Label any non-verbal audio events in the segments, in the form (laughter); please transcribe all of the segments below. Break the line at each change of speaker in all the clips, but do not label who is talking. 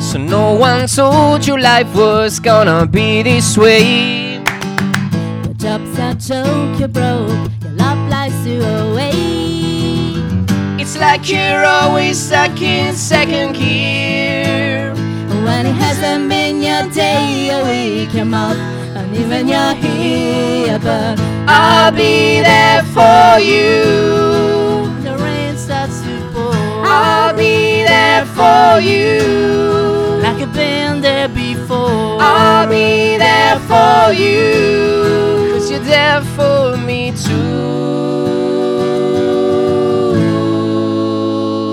So no one told you life was gonna be this way.
Your job's a joke, you're broke, your love lies you away.
It's like you're always stuck in second gear.
When it hasn't been your day, your week, your month, and even your year, but
I'll be there for you.
the rain starts to pour.
I'll be there for you.
like I've been there before.
I'll be there for you. Cause you're there for me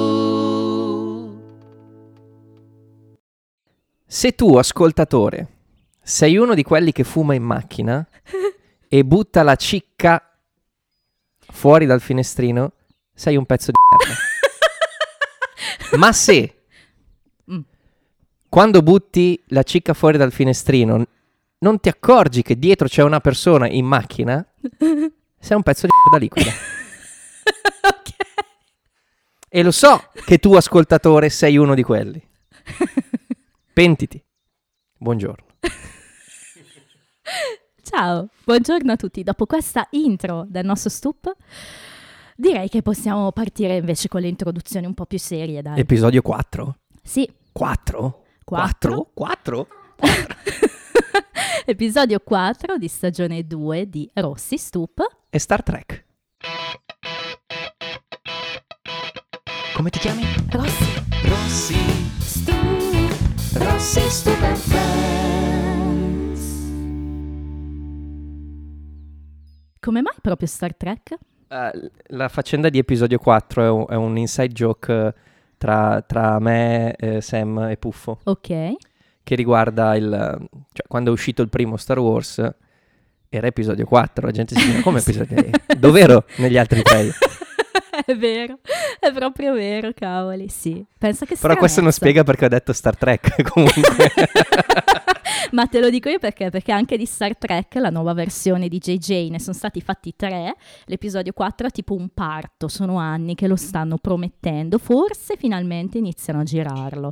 too. Se tu, ascoltatore, sei uno di quelli che fuma in macchina e butta la cicca fuori dal finestrino, sei un pezzo di merda. Ma se
Mm.
quando butti la cicca fuori dal finestrino n- non ti accorgi che dietro c'è una persona in
(laughs)
macchina, sei un pezzo di merda liquida.
(laughs) ok.
E lo so che tu, ascoltatore, sei uno di
(laughs)
quelli. Pentiti. Buongiorno.
Ciao, buongiorno a tutti. Dopo questa intro del nostro stup, direi che possiamo partire invece con le introduzioni un po' più serie, dai.
Episodio 4?
sì,
4?
Quattro.
4?
(laughs) episodio 4 di stagione 2 di Rossi Stup.
E Star Trek. Come ti chiami?
Rossi
Rossi.
Stup.
Rossi
Come mai proprio Star Trek?
Eh, la faccenda di episodio 4 è un, è un inside joke eh, tra, tra me, eh, Sam e Puffo.
Ok.
che riguarda il cioè quando è uscito il primo Star Wars era episodio 4 la gente si chiede
(laughs)
come episodio dov'ero negli altri tre io?"
è vero, è proprio vero, cavoli, sì. esatto. Pensa che
però questo non
stranezza.
spiega perché ho detto Star Trek (laughs)
(laughs)
comunque
Ma te lo dico io perché? Perché anche di Star Trek, la nuova versione di JJ, ne sono stati fatti tre. L'episodio 4 è tipo un parto, sono anni che lo stanno promettendo. Forse finalmente iniziano a girarlo.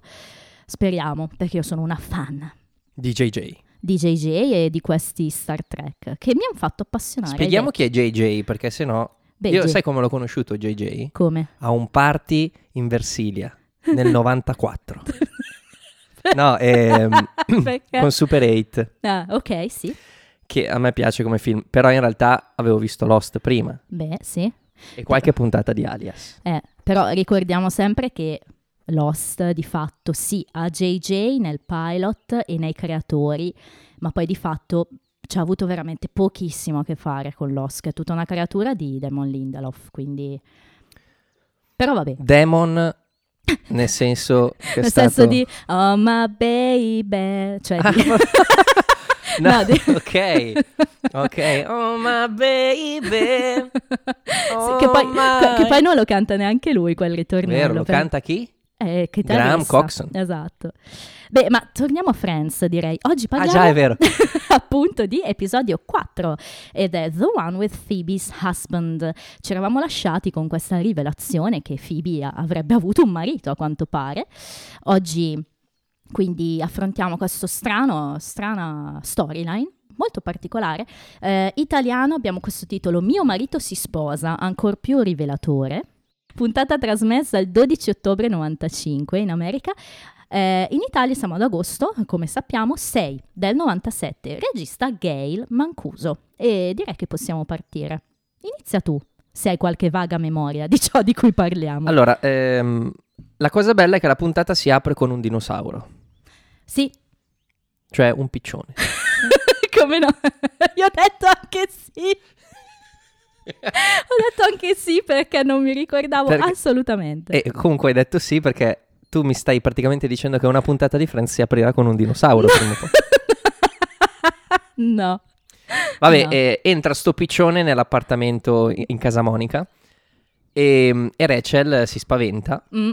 Speriamo, perché io sono una fan
di JJ
di JJ e di questi Star Trek che mi hanno fatto appassionare.
spieghiamo
Ed
chi è JJ perché sennò
è- Beh,
io
J-
sai come l'ho conosciuto JJ?
come?
a un party in Versilia nel
(laughs)
94 no ehm,
(coughs) Perché?
con Super 8
Ah, ok, sì.
che a me piace come film però in realtà avevo visto Lost prima
Beh, sì.
e qualche puntata di Alias
Eh, però ricordiamo sempre che Lost di fatto sì ha JJ nel pilot e nei creatori, ma poi di fatto ci ha avuto veramente pochissimo a che fare con Lost, che è tutta una creatura di Damon Lindelof, quindi... Però vabbè, (laughs)
Demon nel senso che è
nel
stato...
senso di Oh my baby, cioè
Ah,
di-
ma- (laughs) No,
(laughs) No, di-
(laughs) ok, ok. Oh my baby.
(laughs) Sì, che, poi,
Oh my-
che poi non lo canta neanche lui quel ritornello.
Vero, lo
per-
canta chi?
Eh, che
Graham
chitarrista.
Coxon.
Esatto. Beh, ma torniamo a Friends, direi. Oggi
Ah
parliamo
già, è vero.
(laughs) appunto di episodio 4 ed è The One with Phoebe's Husband. Ci eravamo lasciati con questa rivelazione che Phoebe a- avrebbe avuto un marito a quanto pare. Oggi quindi affrontiamo questo strano, strana storyline. Molto particolare. Eh, italiano abbiamo questo titolo Mio marito si sposa, ancor più rivelatore. Puntata trasmessa il 12 ottobre 95 in America eh, in Italia siamo ad agosto, come sappiamo, 6 del 97, regista Gail Mancuso. E direi che possiamo partire. Inizia tu, se hai qualche vaga memoria di ciò di cui parliamo.
Allora, ehm, la cosa bella è che la puntata si apre con un dinosauro,
Sì,
cioè un
(laughs)
piccione.
come no? (laughs) Io ho detto anche sì. ho detto anche sì perché non mi ricordavo
Perché-
Oh,
Eh,
assolutamente.
e comunque hai detto sì perché tu mi stai praticamente dicendo che una puntata di Friends si aprirà con un
(laughs)
dinosauro. prima o poi.
no.
Vabbè,
No.
eh, entra sto piccione nell'appartamento ehm, in, in casa Monica e, e Rachel si spaventa
Mm,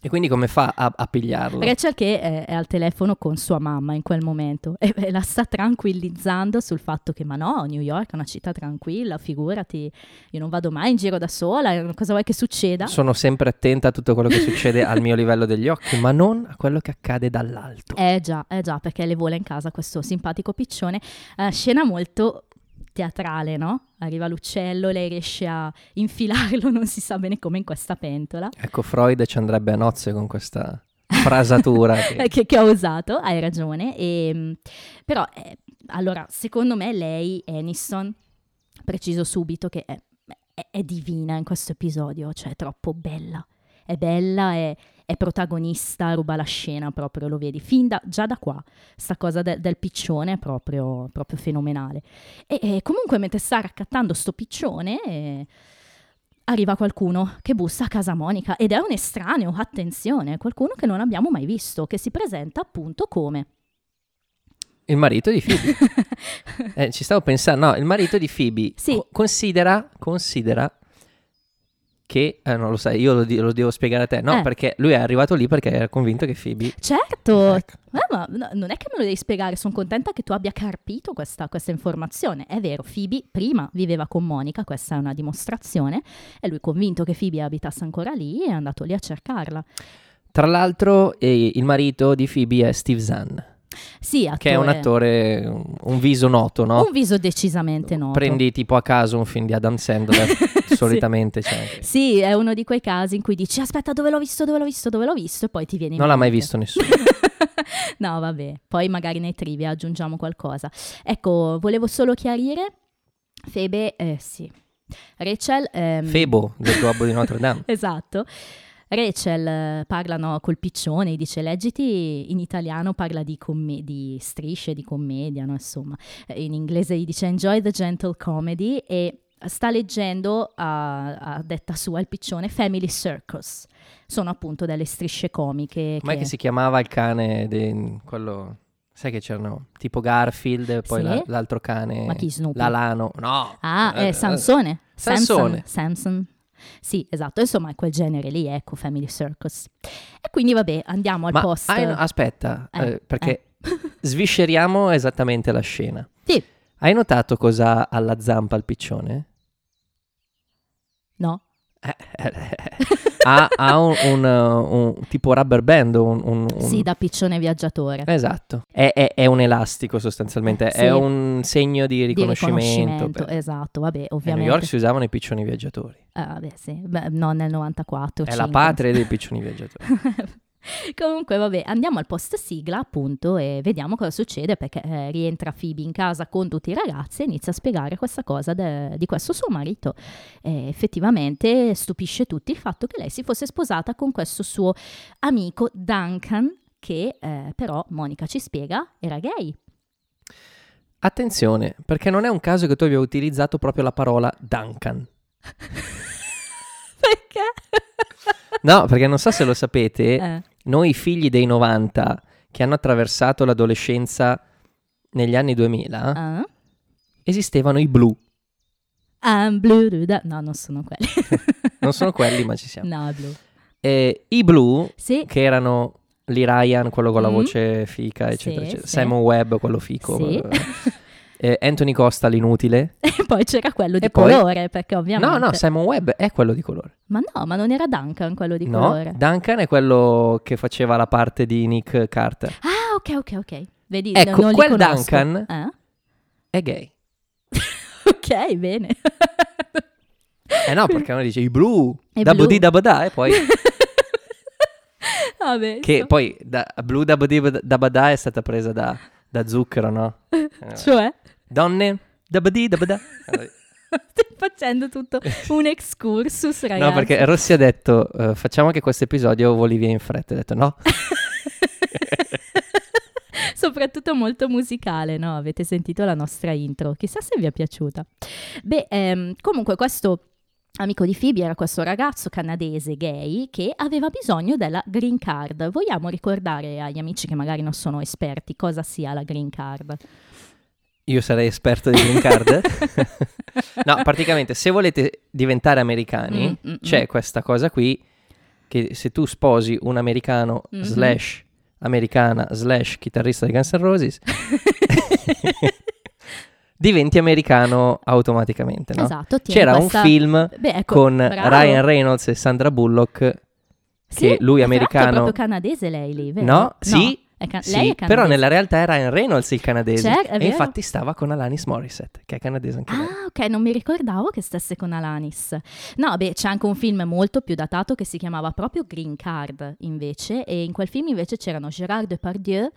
E quindi come fa a, a pigliarlo?
Rachel che è, è al telefono con sua mamma in quel momento e e la sta tranquillizzando sul fatto che ma no, New York è una città tranquilla, figurati, io non vado mai in giro da sola, eh, cosa vuoi che succeda?
Sono sempre attenta a tutto quello che succede al
(laughs)
mio livello degli occhi, ma non a quello che accade dall'alto.
Eh già, eh già, perché le vola in casa questo simpatico piccione. Eh, scena molto teatrale, no? Arriva l'uccello, lei riesce a infilarlo, (laughs) non si sa bene come, in questa pentola
Ecco, Freud ci andrebbe a nozze con questa
(laughs)
frasatura. che-
eh, che, che ho usato, hai ragione. E, mm, però, eh, allora, secondo me lei, Aniston, preciso subito che è, è- è divina in questo episodio, cioè è troppo bella. È bella, è, è protagonista, ruba la scena proprio, lo vedi. Fin da- già da qua, sta cosa de- del piccione è proprio, proprio fenomenale. E, e comunque mentre sta raccattando sto piccione... eh, Arriva qualcuno che bussa a casa Monica ed è un estraneo, attenzione, qualcuno che non abbiamo mai visto, che si presenta appunto come. (laughs)
Il marito di Phoebe. Eh, ci stavo pensando, no, il marito di Phoebe
Sì.
co- considera, considera che, eh, non lo sai, io lo, di- lo devo spiegare a te, no,
Eh.
perché lui è arrivato lì perché era convinto che Phoebe...
certo,
Ecco.
eh, ma no- non è che me lo devi spiegare, sono contenta che tu abbia carpito questa, questa informazione. È vero, Phoebe prima viveva con Monica, questa è una dimostrazione, e lui convinto che Phoebe abitasse ancora lì è andato lì a cercarla.
Tra l'altro eh, il marito di Phoebe è Steve Zahn,
Sì, attore,
che è un attore, un- un viso noto, no?
Un viso decisamente noto.
Prendi tipo a caso un film di Adam Sandler,
(laughs) Sì.
solitamente cioè, c'è. anche-
Sì, è uno di quei casi in cui dici aspetta dove l'ho visto, dove l'ho visto, dove l'ho visto e poi ti viene in
Non l'ha mai
mente.
visto nessuno.
(laughs) no, vabbè, poi magari nei trivia aggiungiamo qualcosa. Ecco, volevo solo chiarire, Febe, eh, sì, Rachel... ehm,
Febo del Globo di Notre Dame.
(laughs) Esatto. Rachel eh, parla no, col piccione, dice leggiti in italiano, parla di, comme- di strisce, di commedia, no? insomma, Eh, in inglese gli dice enjoy the gentle comedy e sta leggendo a, a detta sua il piccione Family Circus, sono appunto delle strisce comiche.
Com'è che si chiamava il cane di quello... Sai che c'erano tipo Garfield, e poi
Sì.
la- l'altro cane...
Ma chi Snoopy?
L'alano. No!
Ah,
Eh,
eh, Sansone.
Sansone.
Samson. Samson. Sì, esatto, insomma è quel genere lì, ecco, Family Circus. E quindi vabbè, andiamo al
Ma
post.
ah, no, aspetta,
Eh, (laughs)
eh, perché svisceriamo esattamente la scena.
Sì.
Hai notato cosa ha alla zampa il piccione? (laughs)
No?
ha ha un, un, uh, un tipo rubber band, un... un- un-
Sì, da piccione viaggiatore.
Esatto, è, è- è un elastico sostanzialmente,
Sì.
è un segno di
Di
riconoscimento.
riconoscimento,
per-
esatto, vabbè,
A New
ovviamente.
York si usavano i piccioni viaggiatori,
Ah, vabbè, sì. Beh, no, nel 94.
è la
5.
patria dei piccioni viaggiatori.
Comunque, vabbè, andiamo al post sigla, appunto, e vediamo cosa succede perché eh, rientra Phoebe in casa con tutti i ragazzi e inizia a spiegare questa cosa de- di questo suo marito. E effettivamente stupisce tutti il fatto che lei si fosse sposata con questo suo amico Duncan, che eh, però Monica ci spiega era gay.
(laughs) Attenzione, perché non è un caso che tu abbia utilizzato proprio la parola Duncan.
(laughs) perché?
No, perché non so se lo sapete,
(laughs) Eh,
noi figli dei 90 che hanno attraversato l'adolescenza negli anni 2000,
ah?
esistevano i blu.
I'm blue, blue, da- no, non
(laughs)
sono quelli.
Non
(laughs)
sono quelli, ma ci siamo.
No, blu.
Eh, I blu,
Sì, (laughs)
che erano Lee Ryan, quello con la
Mm.
voce fica, eccetera,
Sì,
eccetera.
sì.
Simon Webb, quello fico.
Sì. (laughs)
eh, Anthony Costa, l'inutile.
e poi c'era quello di
E poi-
colore, perché ovviamente...
No, no, Simon Webb è quello di colore.
Ma no, ma non era Duncan quello di
no,
colore.
Duncan è quello che faceva la parte di Nick Carter.
ah, ok, ok, ok. Vedi,
Ecco,
no- non li
quel
conosco.
Duncan-
Ah,
È gay.
(laughs) ok, bene.
Eh no, perché uno dice i blu,
I
da
blu.
budi da badà, e poi
(laughs) Vabbè.
Che
so-
poi da, Blue Dabba Dibba Dabba Da è stata presa da, da zucchero, no?
(laughs)
Eh,
Cioè,
Donne, dabadi, dabada.
(laughs) stai facendo tutto un excursus, ragazzi.
No, perché Rossi ha detto, eh, facciamo che questo episodio voli via in fretta. Ho detto no,
(laughs) Soprattutto molto musicale, no? Avete sentito la nostra intro, chissà se vi è piaciuta. Beh, ehm, comunque questo amico di Phoebe era questo ragazzo canadese gay che aveva bisogno della green card. Vogliamo ricordare agli amici che magari non sono esperti cosa sia la green card?
io sarei esperto di green
(laughs)
card. no, praticamente se volete diventare americani,
(laughs) Mm, mm, mm.
c'è questa cosa qui che se tu sposi un americano
Mhm.
slash americana slash chitarrista di Guns N' Roses, diventi americano automaticamente, no?
Esatto, tieni
C'era
questa-
un film
Beh, ecco,
con
bravo.
Ryan Reynolds e Sandra Bullock
Sì,
che lui
e tra l'altro
americano-
è proprio canadese lei lì, vero?
No, sì,
è ca-
Sì,
lei è canadese.
però nella realtà era Ryan Reynolds il canadese.
Certo, è
e
vero.
infatti stava con Alanis Morissette, che è canadese anche lei.
Ah, ok, non mi ricordavo che stesse con Alanis. No, beh, c'è anche un film molto più datato che si chiamava proprio Green Card, invece, e in quel film invece c'erano Gerard Depardieu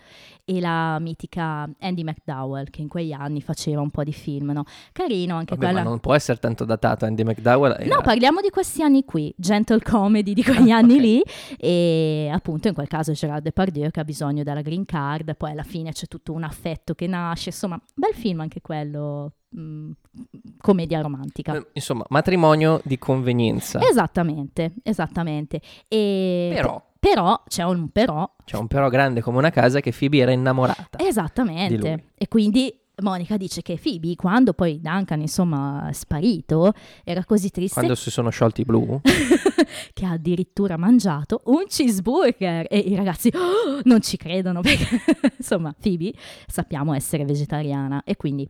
e la mitica Andy McDowell, che in quegli anni faceva un po' di film, no? Carino anche
Vabbè,
quella.
ma non può essere tanto datato Andy McDowell. eh, era- Ah,
No, parliamo di questi anni qui, gentle comedy
(laughs)
di quegli anni
ok.
lì e appunto in quel caso Gerard Depardieu che ha bisogno della green card, poi alla fine c'è tutto un affetto che nasce, insomma, bel film anche quello, mm, commedia romantica.
Eh, Insomma, matrimonio di convenienza.
Esatto. Esattamente, esattamente. E
Però
però c'è un però,
c'è Cioè, un però grande come una casa che Phoebe era
Eh,
innamorata. di lui.
esattamente. E quindi Monica dice che Phoebe, quando poi Duncan, insomma, è sparito, era così triste
Quando si sono sciolti i blu,
che ha addirittura mangiato un cheeseburger. E i ragazzi "Oh, non ci credono (laughs) perché, insomma, Phoebe sappiamo essere vegetariana e quindi.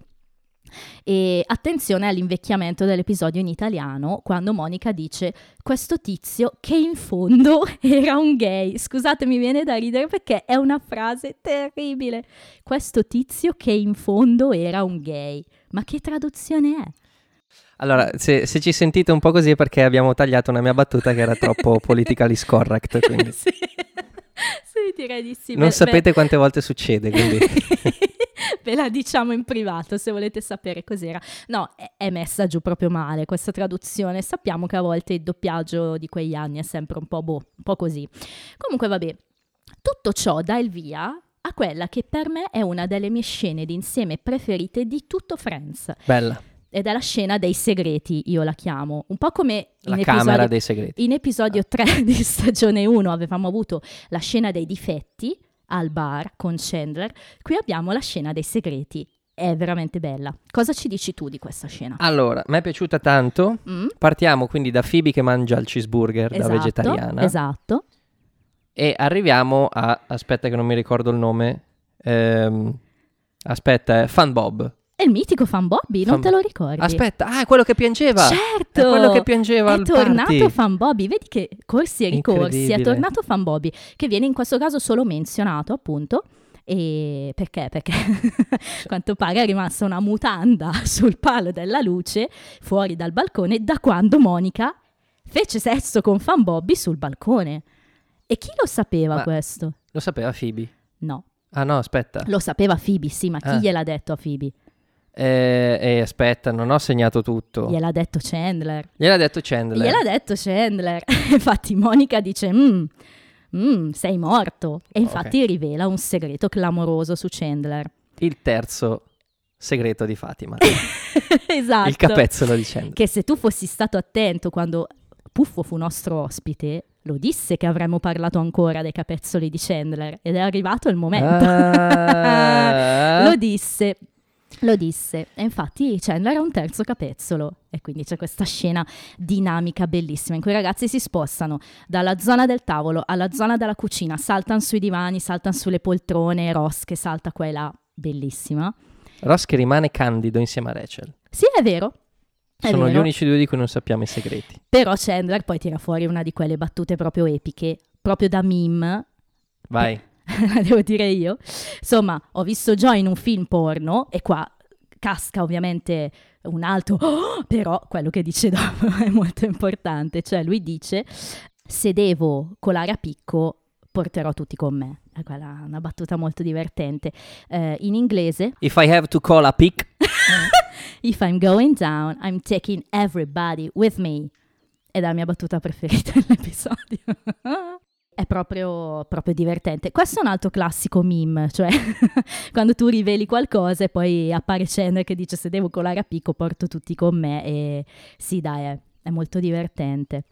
E attenzione all'invecchiamento dell'episodio in italiano quando Monica dice questo tizio che in fondo (laughs) era un gay. Scusate, mi viene da ridere perché è una frase terribile. Questo tizio che in fondo era un gay. Ma che traduzione è?
allora se, se ci sentite un po' così è perché abbiamo tagliato una mia battuta che era
(laughs)
troppo politically correct. Quindi
sì. (laughs) Sì, direi di sì.
non
Beh, beh,
sapete quante volte succede. Quindi
(laughs) Ve la diciamo in privato se volete sapere cos'era. No, è- è messa giù proprio male questa traduzione. Sappiamo che a volte il doppiaggio di quegli anni è sempre un po', boh, un po' così. Comunque, vabbè, tutto ciò dà il via a quella che per me è una delle mie scene di insieme preferite di tutto Friends.
bella
Ed è la scena dei segreti, io la chiamo. Un po' come
la
in
camera
episodio-
dei segreti.
in episodio 3 di (laughs) stagione 1 avevamo avuto la scena dei difetti al bar con Chandler, qui abbiamo la scena dei segreti. È veramente bella. Cosa ci dici tu di questa scena?
Allora, mi è piaciuta tanto.
Mm?
Partiamo quindi da Phoebe che mangia il cheeseburger da
Esatto,
vegetariana
Esatto.
e arriviamo a, aspetta che non mi ricordo il nome, ehm, aspetta, è Fan Bob.
E il mitico fan Bobby, non
Fan-
te lo ricordi?
Aspetta, ah, è quello che piangeva.
Certo!
È quello che piangeva
È
al
tornato
party.
Fan Bobby, vedi che corsi e ricorsi, è
Incredibile.
tornato Fan Bobby, che viene in questo caso solo menzionato appunto. E perché? Perché (laughs) a quanto pare è rimasta una mutanda (laughs) sul palo della luce fuori dal balcone da quando Monica fece sesso con Fan Bobby sul balcone. E chi lo sapeva
Ma-
questo?
Lo sapeva Phoebe?
No,
Ah no, aspetta.
lo sapeva Phoebe, sì, ma chi
Ah.
gliel'ha detto a Phoebe?
Eh, eh, aspetta, non ho segnato tutto.
Gliel'ha detto Chandler.
Gliel'ha detto Chandler.
Gliel'ha detto Chandler. (laughs) infatti Monica dice, "Mm, mm, sei morto. E infatti rivela un segreto clamoroso su Chandler. (laughs)
Il terzo segreto di Fatima.
esatto.
Il capezzolo di
(laughs)
Chandler.
Che se tu fossi stato attento quando Puffo fu nostro ospite, lo disse che avremmo parlato ancora dei capezzoli di Chandler. Ed è arrivato il momento.
Ah.
lo disse. Lo disse, e infatti Chandler ha un terzo capezzolo e quindi c'è questa scena dinamica bellissima in cui i ragazzi si spostano dalla zona del tavolo alla zona della cucina, saltano sui divani, saltano sulle poltrone, Ross che salta qua e là, bellissima.
Ross che rimane candido insieme a Rachel.
Sì, è vero, è
Sono gli
vero,
unici due di cui non sappiamo i segreti.
però Chandler poi tira fuori una di quelle battute proprio epiche, proprio da meme,
Vai.
la (laughs) devo dire io. Insomma, ho visto già in un film porno e qua casca ovviamente un altro, (gasps) "Oh!", però quello che dice (laughs) dopo è molto importante, cioè lui dice se devo colare a picco porterò tutti con me. Eh, Quella è una battuta molto divertente. Eh, in inglese,
If I have to call a pick,
(laughs) if I'm going down, I'm taking everybody with me. È la mia battuta preferita (laughs) dell'episodio. È proprio, proprio divertente. Questo è un altro classico meme, cioè (laughs) quando tu riveli qualcosa e poi appare Chandler che dice se devo colare a picco porto tutti con me e sì dai, è, è molto divertente.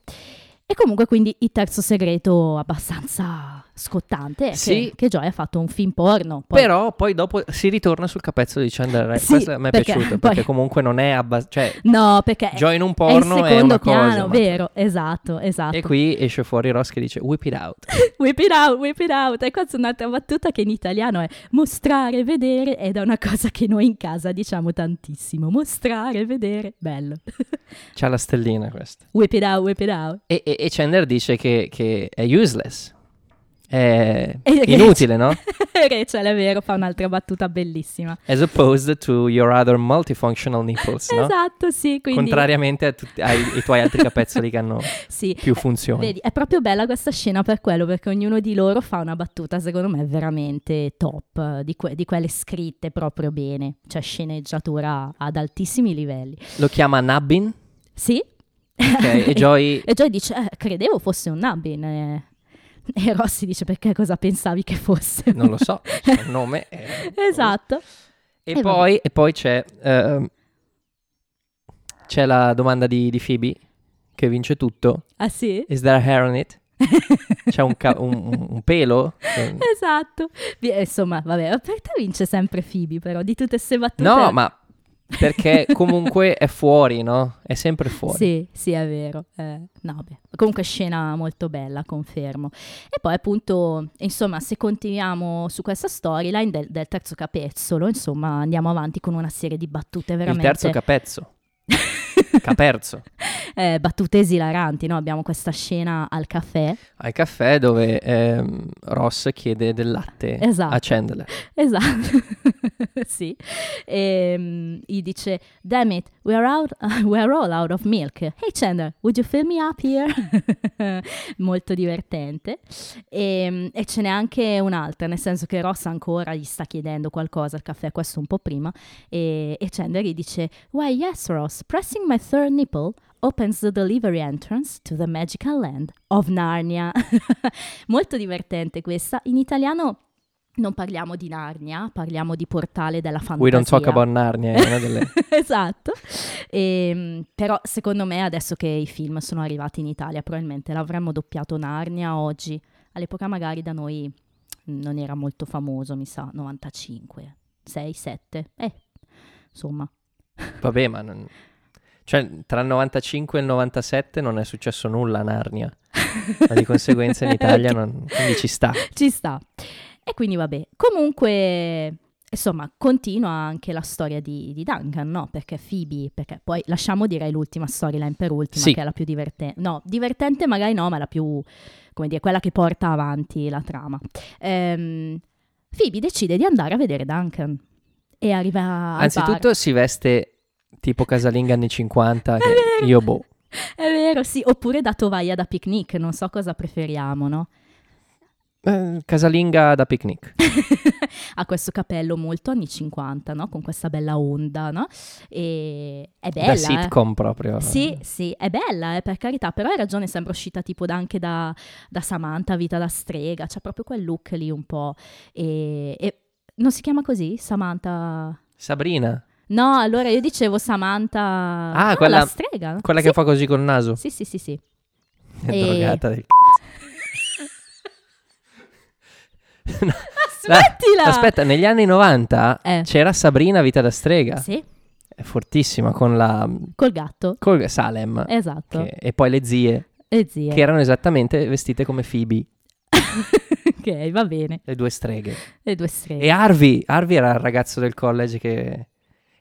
E comunque quindi il terzo segreto abbastanza scottante è
Sì.
che, che Joy ha fatto un film porno. Poi,
Però poi dopo si ritorna sul capezzolo di Chandler.
Sì,
Questo mi è
perché
piaciuto
poi-
perché comunque non è abbastanza. Cioè,
no, perché è
Joy in un
il
porno è,
secondo
una
piano,
cosa. ma-
vero, esatto, esatto.
E qui esce fuori Ross che dice whip it out.
Whip it out, whip it out. E questa è un'altra battuta che in italiano è mostrare, vedere ed è una cosa che noi in casa diciamo tantissimo. Mostrare, vedere, bello. (laughs)
C'ha la stellina questa.
whip it out, whip it out. (laughs)
E, e- e Chandler dice che, che è useless. È
E-
inutile, no?
Rachel, è vero, fa un'altra battuta bellissima.
As opposed to your other multifunctional nipples, no?
Esatto, sì, quindi...
Contrariamente a tutti- ai, ai tuoi altri capezzoli che hanno
(laughs) Sì.
più funzioni.
Vedi, è proprio bella questa scena per quello, perché ognuno di loro fa una battuta, secondo me, veramente top, eh, di, que- di quelle scritte proprio bene, cioè sceneggiatura ad altissimi livelli.
Lo chiama Nubbin,
Sì?
ok? e Joy
E Joy dice, "Eh, credevo fosse un Nabin. eh." E Rossi dice, perché cosa pensavi che fosse?
non lo so, il nome è-
(laughs) esatto.
E,
Eh,
poi, e poi c'è, ehm, c'è la domanda di, di Phoebe che vince tutto.
Ah sì?
Is there hair on it? (laughs) C'è un, ca- un- un- un pelo? Eh,
Esatto. Vi- eh, Insomma, vabbè, per te vince sempre Phoebe, però, di tutte queste battute.
No, ma perché comunque è fuori, no? È sempre fuori.
Sì, sì, è vero. Eh, no, beh, comunque scena molto bella, confermo. E poi appunto, insomma, se continuiamo su questa storyline del, del terzo capezzolo, insomma, andiamo avanti con una serie di battute
Il
veramente...
terzo capezzo.
(laughs)
Caperzo.
eh, battute esilaranti, no? Abbiamo questa scena al caffè.
Al caffè dove ehm, Ross chiede del latte
Esatto.
a Chandler.
Esatto, (laughs) sì. Ehm, gli dice, damn it, we're, out, (laughs) we're all out of milk. Hey Chandler, would you fill me up here? (laughs) Molto divertente. Ehm, E, ce n'è anche un'altra, nel senso che Ross ancora gli sta chiedendo qualcosa al caffè, questo un po' prima, e, e Chandler gli dice, why yes Ross, pressing my third nipple opens the delivery entrance to the magical land of Narnia. (laughs) Molto divertente questa. In italiano... Non parliamo di Narnia, parliamo di Portale della Fantasia.
We don't talk about Narnia. è una
(laughs)
delle-
esatto. Ehm, però secondo me adesso che i film sono arrivati in Italia, probabilmente l'avremmo doppiato Narnia oggi. All'epoca magari da noi non era molto famoso, mi sa, 95, 6, 7. Eh, insomma.
Vabbè, ma... non- Cioè, tra il 95 e il 97 non è successo nulla a Narnia. Ma di conseguenza
(laughs)
in Italia non... quindi ci sta.
Ci sta. E quindi vabbè. Comunque, insomma, continua anche la storia di, di Duncan, no? Perché Phoebe, perché poi lasciamo direi l'ultima storyline per ultima,
Sì.
che è la più divertente. No, divertente magari no, ma la più, come dire, quella che porta avanti la trama. Ehm, Phoebe decide di andare a vedere Duncan. E arriva al
Anzitutto si veste tipo casalinga anni 50, che
(laughs) vero.
io boh.
bar. È vero, sì. Oppure da tovaglia da picnic, non so cosa preferiamo, no?
Eh, casalinga da picnic.
ha questo capello molto anni 50, no? Con questa bella onda, no? E è bella.
da
eh.
sitcom proprio.
Sì, sì, è bella, eh, per carità, però hai ragione, sembra uscita tipo da- anche da, da Samantha, Vita da strega, c'è proprio quel look lì un po'. E, e- non si chiama così? Samantha...
Sabrina,
No, allora io dicevo Samantha...
Ah,
no,
quella-
La strega.
quella
sì,
che fa così col naso.
Sì, sì, sì, sì.
È
E-
drogata del c***o. No,
Aspettila!
Ah, Aspetta, negli anni 90
Eh.
c'era Sabrina Vita da strega,
Sì,
è fortissima con la
col gatto.
col Salem
Esatto.
che- e poi le zie
E zia.
che erano esattamente vestite come Phoebe,
(laughs) ok, va bene.
le due streghe.
Le due streghe.
E Harvey, Harvey era il ragazzo del college che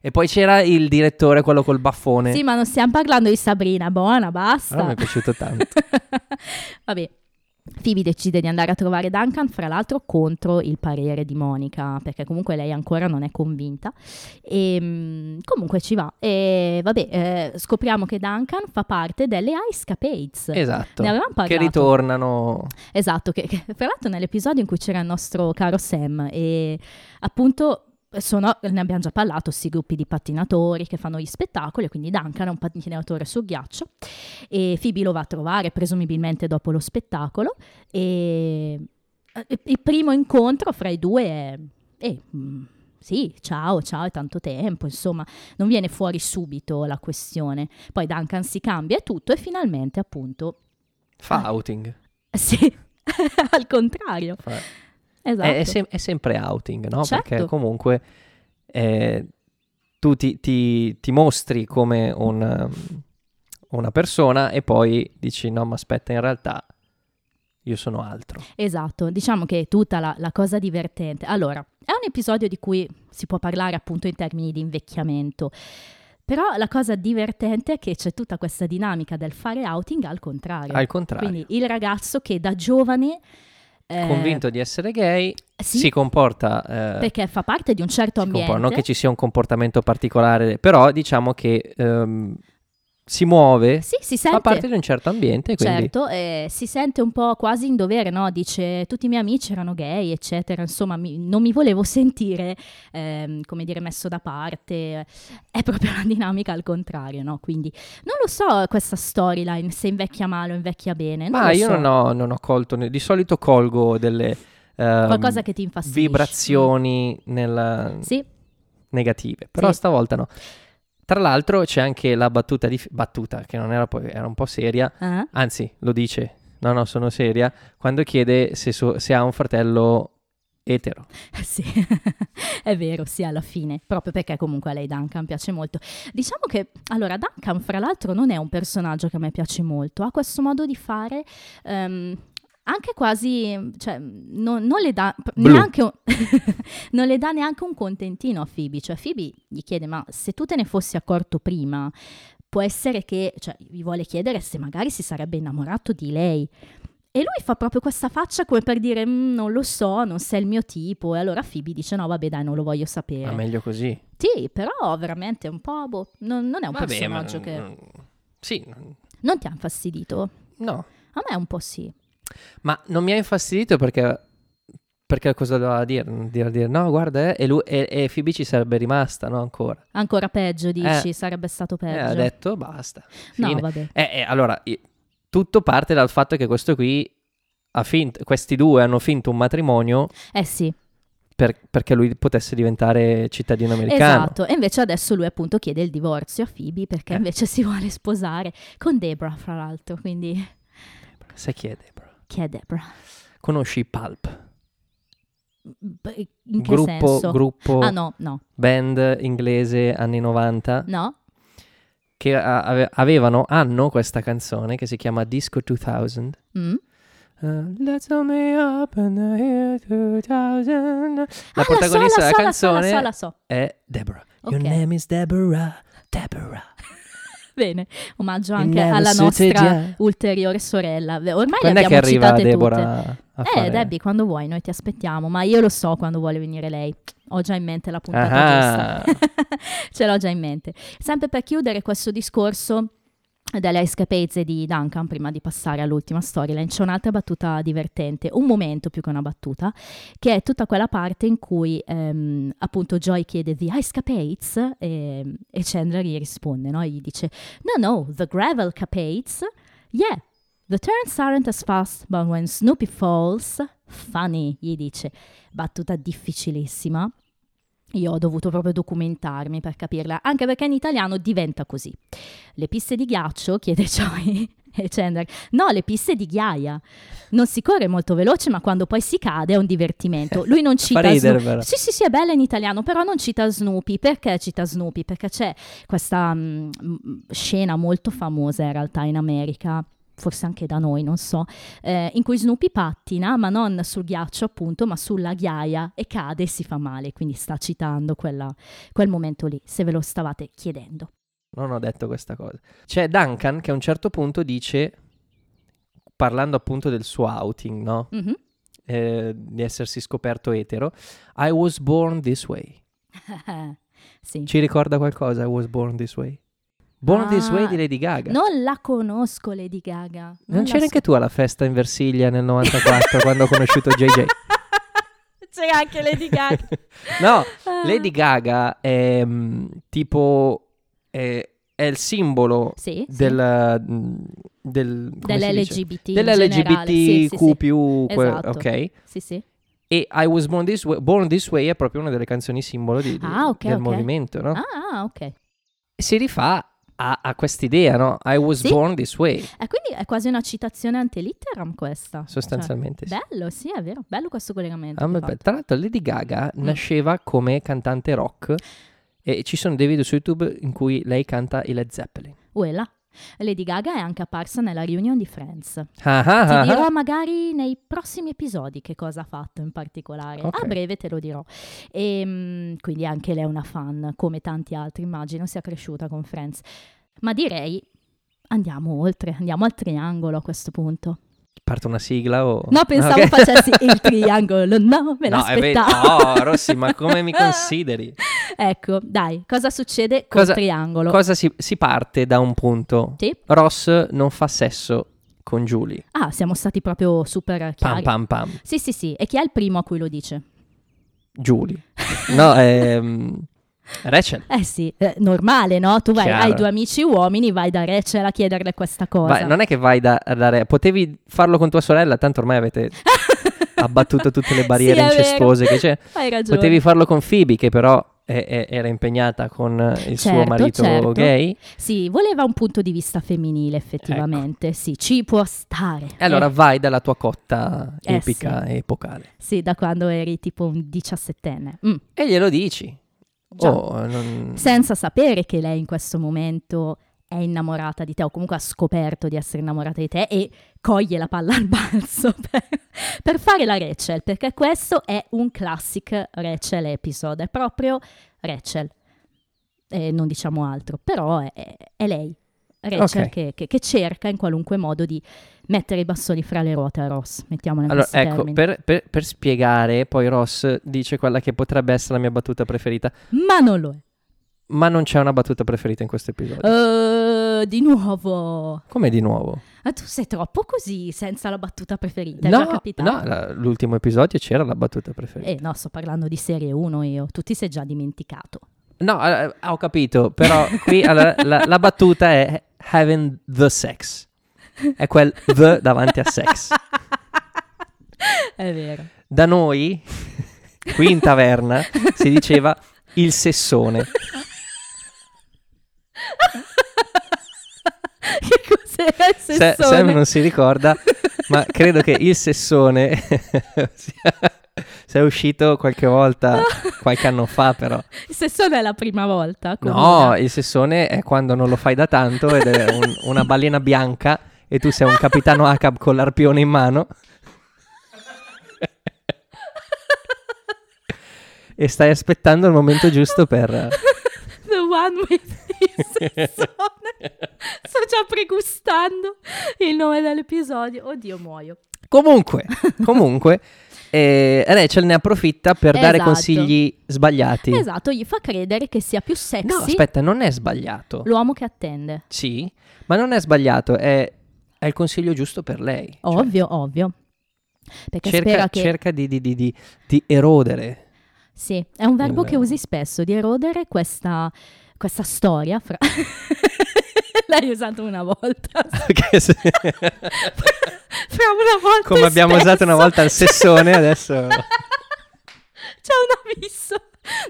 e poi c'era il direttore quello col baffone.
Sì, ma non stiamo parlando di Sabrina, buona, basta.
Allora Ah, mi è piaciuto tanto.
(laughs) Vabbè. Phoebe decide di andare a trovare Duncan, fra l'altro contro il parere di Monica, perché comunque lei ancora non è convinta. E, mm, comunque ci va. E vabbè, eh, scopriamo che Duncan fa parte delle Ice Capades.
Esatto.
Ne avevamo
Che
parlato.
ritornano
Esatto, che, che- fra l'altro nell'episodio in cui c'era il nostro caro Sam e appunto sono, ne abbiamo già parlato, sì, gruppi di pattinatori che fanno gli spettacoli, quindi Duncan è un pattinatore su ghiaccio e Phoebe lo va a trovare presumibilmente dopo lo spettacolo e eh, il primo incontro fra i due è... eh, mm, sì, ciao, ciao, è tanto tempo, insomma, non viene fuori subito la questione. Poi Duncan si cambia e tutto e finalmente appunto
Fa outing.
Sì, (laughs) al contrario.
Fa-
Esatto.
È, è sem- è sempre outing, no?
Certo.
Perché comunque eh, tu ti, ti- ti mostri come un, um, una persona e poi dici no, ma aspetta, in realtà io sono altro.
Esatto, diciamo che è tutta la, la cosa divertente. Allora, è un episodio di cui si può parlare appunto in termini di invecchiamento, però la cosa divertente è che c'è tutta questa dinamica del fare outing al contrario.
Al contrario,
Quindi il ragazzo che da giovane... eh,
convinto di essere gay,
sì,
si comporta... eh,
perché fa parte di un certo
si comporta-
ambiente.
non che ci sia un comportamento particolare, però diciamo che ehm, si muove,
Sì, si
fa
sente.
parte di un certo ambiente, quindi
Certo, eh, si sente un po' quasi in dovere, no? Dice tutti i miei amici erano gay, eccetera, insomma mi- non mi volevo (laughs) sentire, ehm, come dire, messo da parte, è proprio una dinamica al contrario, no? Quindi non lo so questa storyline, se invecchia male o invecchia bene, non
Ma
lo
io
so.
non ho, non ho colto, ne- di solito colgo delle ehm,
qualcosa che ti infastidisce.
vibrazioni nella-
Mm. Sì,
negative, però
Sì.
stavolta no. Tra l'altro c'è anche la battuta di... battuta che non era poi, era un po' seria,
eh?
anzi lo dice, no no sono seria, quando chiede se, suo- se ha un fratello etero.
(laughs) Sì, è vero, sì, alla fine, proprio perché comunque a lei Duncan piace molto. Diciamo che, allora, Duncan, fra l'altro, non è un personaggio che a me piace molto, ha questo modo di fare... ehm, anche quasi, cioè, non, non le dà p-
Blu.
neanche un, (laughs) non le dà neanche un contentino a Phoebe. Cioè, Phoebe gli chiede: Ma se tu te ne fossi accorto prima, può essere che, cioè, gli vuole chiedere se magari si sarebbe innamorato di lei. E lui fa proprio questa faccia come per dire: "Mm, Non lo so, non sei il mio tipo. E allora Phoebe dice: No, vabbè, dai, non lo voglio
Ma
sapere.
meglio così.
Sì, però veramente è un po'. boh, non, non è un
Vabbè, ma
personaggio che.
non- Sì, non-
Non ti ha infastidito?
no,
A me un po' sì.
ma non mi ha infastidito perché... Perché cosa doveva dire? Dire, dire, no, guarda, eh, e, lui, e, e Phoebe ci sarebbe rimasta, no, ancora.
Ancora peggio, dici,
Eh.
sarebbe stato
Eh,
peggio.
ha detto basta.
no,
fine.
vabbè.
Eh, eh, allora, i- tutto parte dal fatto che questo qui ha finto, questi due hanno finto un matrimonio
Eh sì,
per- perché lui potesse diventare cittadino americano.
esatto. E invece adesso lui appunto chiede il divorzio a Phoebe perché
Eh.
invece si vuole sposare con Debra, fra l'altro. Quindi
Sai chi è Deborah?
chi è Debra?
Conosci i Pulp?
B- In che
gruppo
senso?
gruppo
ah no, no,
band inglese anni 90
no.
che a- ave- avevano, hanno questa canzone che si chiama Disco 2000.
Mm.
Uh, let's open up in the year 2000. La
Ah,
protagonista della
la so, la so, la
canzone
so, la so, la so.
è Deborah.
Ok.
Your name is Deborah. Deborah.
Bene, omaggio
You
anche
never
alla
suited
nostra
ya.
ulteriore sorella. Beh, Ormai le
Quando è
abbiamo
che arriva
citate tutte.
Deborah a fare?
Eh, Debbie, quando vuoi, noi ti aspettiamo, ma io lo so quando vuole venire lei. Ho già in mente la puntata giusta.
Ah, (laughs)
(laughs) ce l'ho già in mente. Sempre per chiudere questo discorso delle escapades di Duncan, prima di passare all'ultima storyline, c'è un'altra battuta divertente, un momento più che una battuta, che è tutta quella parte in cui ehm, appunto Joy chiede the ice capades ehm, e, Chandler gli risponde, no? gli dice no no, the gravel capades, yeah, the turns aren't as fast but when Snoopy falls, funny, gli dice, battuta difficilissima, io ho dovuto proprio documentarmi per capirla, anche perché in italiano diventa così. Le piste di ghiaccio, (laughs) chiede Joy e Chandler. No, le piste di ghiaia. Non si corre molto veloce, ma quando poi si cade è un divertimento. Lui non
(laughs)
cita
Fa ridere,
Snoopy.
però.
Sì, sì, sì, è bella in italiano, però non cita Snoopy. Perché cita Snoopy? Perché c'è questa mm, mm, scena molto famosa in realtà in America. Forse anche da noi, non so, eh, in cui Snoopy pattina, ma non sul ghiaccio appunto, ma sulla ghiaia e cade e si fa male, quindi sta citando quella- quel momento lì, se ve lo stavate chiedendo.
non ho detto questa cosa. C'è Duncan che a un certo punto dice, parlando appunto del suo outing, no?
Mhm. (laughs)
Eh, di essersi scoperto etero, I was born this way.
sì.
Ci ricorda qualcosa? I was born this way. Born this
Ah,
way di Lady Gaga.
Non la conosco Lady Gaga.
non
la
c'eri
so.
anche tu alla festa in Versilia nel (laughs) 94 quando ho conosciuto
(laughs)
JJ?
C'era anche Lady Gaga.
(laughs)
Ah.
No, Lady Gaga è mm, tipo... È, è il simbolo
Sì. sì.
del, mm, del come si dice?
Dell'LGBTQ.
dell'LGBTQ
Sì, sì, sì.
più que-
Esatto.
ok
Sì, sì.
e I Was Born This Way, Born This Way è proprio una delle canzoni simbolo di- di-
Ah, ok,
del
ok.
movimento no?
Ah, ok.
si rifà ha, ha quest'idea, no? I was
Sì. Cioè,
born this way,
E quindi è quasi una citazione ante litteram questa.
sostanzialmente. sì.
Cioè, bello, sì, è vero, bello Mm. questo collegamento.
Ah, ma
che hai
beh, Tra l'altro Lady Gaga nasceva come cantante rock e ci sono dei video su YouTube in cui lei canta i Led Zeppelin.
fatto. Uela. Lady Gaga è anche apparsa nella reunion di Friends.
Ah, ah,
Ti
ah, ah.
dirò magari nei prossimi episodi che cosa ha fatto in particolare.
Ok.
A breve te lo dirò. E, mm, quindi anche lei è una fan, come tanti altri, immagino, sia cresciuta con Friends. Ma direi andiamo oltre, andiamo al triangolo a questo punto.
Parte una sigla o...
No, pensavo
Ok.
facessi
(laughs)
il triangolo, no, me
No, è ve-
l'aspettavo.
no, Rossi, ma come
(laughs)
mi consideri?
Ecco, dai, cosa succede col
Cosa-
triangolo?
Cosa si, si parte da un punto?
Sì.
Ross non fa sesso con Julie.
Ah, siamo stati proprio super
Pam
chiari.
pam pam.
Sì, sì, sì. E chi è il primo a cui lo dice? (laughs)
Julie. No, ehm, Rachel.
Eh sì, eh, normale, no? Tu vai,
Chiaro.
hai due amici uomini, vai da Rachel a chiederle questa cosa.
Vai,
(laughs)
non è che vai da, da re- Potevi farlo con tua sorella, tanto ormai avete abbattuto tutte le barriere
Sì, è
incestose che c'è.
Hai ragione.
Potevi farlo con Phoebe, che però è- è- era impegnata con eh, il suo
Certo,
marito
certo.
gay.
Sì, voleva un punto di vista femminile, effettivamente. Sì, ci può stare.
Ecco. E allora
Eh,
vai dalla tua cotta
Eh,
epica e epocale.
sì, da quando eri tipo un diciassettenne. Mm,
E glielo dici.
già.
Oh, non-
Senza sapere che lei in questo momento è innamorata di te o comunque ha scoperto di essere innamorata di te e coglie la palla al balzo (laughs) per, per fare la Rachel, perché questo è un classic Rachel episode, è proprio Rachel. Eh, non diciamo altro, però è, è- è lei, Rachel,
Ok.
che, che- che cerca in qualunque modo di mettere i bastoni fra le ruote a Ross, mettiamola in
Allora,
questi
ecco,
termini.
per, per- per spiegare, poi Ross dice quella che potrebbe essere la mia battuta preferita,
Ma non lo è.
ma non c'è una battuta preferita in questo episodio.
Eh, di nuovo.
Come di nuovo?
Ma Ah, tu sei troppo così senza la battuta preferita, è già
No,
capitato?
no, la- l'ultimo episodio c'era la battuta preferita.
Eh no, sto parlando di serie 1 io, tu ti sei già dimenticato.
No, eh, ho capito, però qui
(laughs)
allora, la, la battuta è having the sex. È quel the davanti a sex.
(laughs) è vero.
Da noi, qui in taverna, si diceva il sessone.
(laughs) che cos'era il
Se-
sessone?
Sam non si ricorda, ma credo che il sessone (laughs) sia, sia uscito qualche volta, qualche anno fa però.
Il sessone è la prima volta.
No,
comune.
il sessone è quando non lo fai da tanto ed è un- una balena bianca e tu sei un capitano Acab con l'arpione in mano e stai aspettando il momento giusto
(laughs)
per... eh,
The one with il sessone. Sto già pregustando il nome dell'episodio. Oddio, muoio.
Comunque, comunque, eh, Rachel ne approfitta per dare
Esatto.
consigli sbagliati.
Esatto, gli fa credere che sia più sexy
No, aspetta, non è sbagliato.
l'uomo che attende.
Sì, ma non è sbagliato, è, è il consiglio giusto per lei. Cioè,
Ovvio, ovvio. Perché
cerca,
spera che... Eh,
cerca di, di- di- di- di erodere.
Sì, è un verbo
Il-
che usi spesso, di erodere questa, questa storia fra... (laughs) L'hai usato una volta.
(laughs) Perché
(laughs)
se-
Fra una volta
Come
e
abbiamo usato una volta il
(laughs)
sessone, adesso-
C'è un abisso.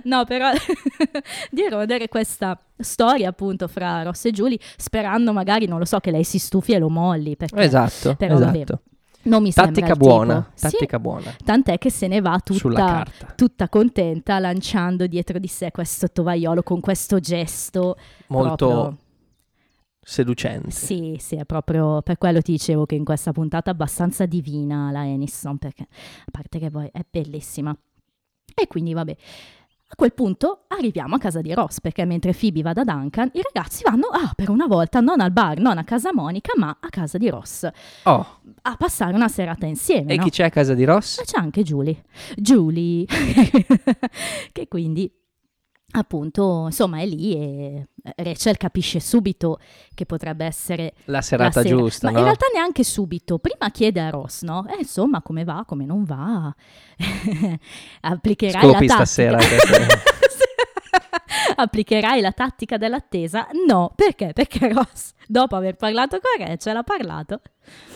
No, però (laughs) di erodere questa storia appunto fra Ross e Julie, sperando magari, non lo so, che lei si stufi e lo molli. Perché
Esatto,
Però vabbè,
esatto.
non mi sembra
Tattica
il tipo.
buona,
Sì,
tattica buona.
tant'è che se ne va
Sulla
tutta,
carta.
tutta contenta lanciando dietro di sé questo tovagliolo con questo gesto
Molto
proprio-
seducente.
Sì, sì, è proprio per quello ti dicevo che in questa puntata è abbastanza divina la Aniston, perché a parte che poi è bellissima. E quindi vabbè, a quel punto arriviamo a casa di Ross, perché mentre Phoebe va da Duncan, i ragazzi vanno, ah, per una volta, non al bar, non a casa Monica, ma a casa di Ross,
Oh,
a passare una serata insieme.
e
no?
chi c'è a casa di Ross?
Ma Ah, c'è anche Julie. Julie, (laughs) che quindi appunto insomma è lì e eh, Rachel capisce subito che potrebbe essere
La
la
serata
sera.
giusta,
ma
no?
in realtà neanche subito prima chiede a Ross no? Eh, insomma come va come non va (laughs) applicherai
Scopi
la tattica (laughs)
stasera.
applicherai la tattica dell'attesa no perché? perché Ross dopo aver parlato con Rachel ha parlato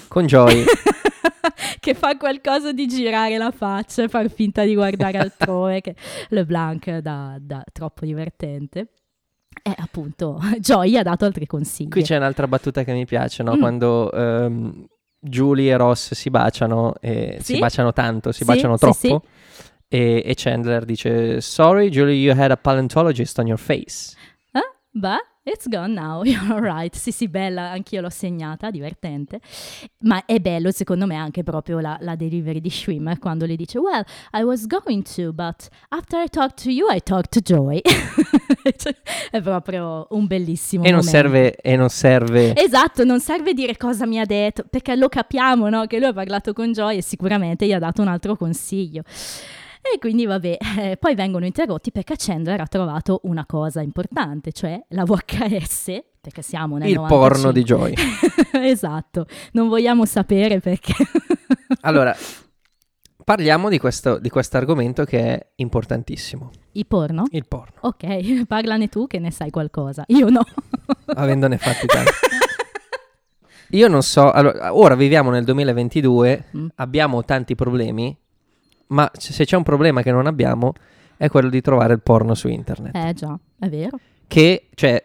Con
(laughs)
Joy.
che fa qualcosa di girare la faccia e
(laughs)
far finta di guardare altrove, che LeBlanc da, da troppo divertente. Eh, appunto, (laughs) Joy ha dato altri consigli.
Qui c'è un'altra battuta che mi piace, no?
Mm.
Quando ehm, Julie e Ross si baciano, e
Sì?
si baciano tanto, si
Sì,
baciano
sì,
troppo.
sì.
E, e Chandler dice: Sorry, Julie, you had a paleontologist on your face.
Eh? Beh, it's gone now, (laughs) you're alright. Sì, sì, bella, anch'io l'ho segnata, divertente. Ma è bello, secondo me, anche proprio la, la delivery di Schwimmer quando le dice Well, I was going to, but after I talked to you, I talked to Joy. (laughs) Cioè, è proprio un bellissimo
E non
momento.
serve, e non serve.
Esatto, non serve dire cosa mi ha detto, perché lo capiamo, no? Che lui ha parlato con Joy e sicuramente gli ha dato un altro consiglio. E quindi vabbè, eh, poi vengono interrotti perché Chandler ha trovato una cosa importante, cioè la VHS, perché siamo nel
il
95.
porno di Joy.
(laughs) esatto, non vogliamo sapere perché. (laughs)
Allora, parliamo di questo di argomento che è importantissimo:
I porno?
il porno,
Ok, parlane tu che ne sai qualcosa, io no.
avendone fatti tanti. Io non so, allora, ora viviamo nel 2022,
Mm.
abbiamo tanti problemi, ma c- se c'è un problema che non abbiamo è quello di trovare il porno su internet,
(laughs) Eh già, è vero.
che cioè,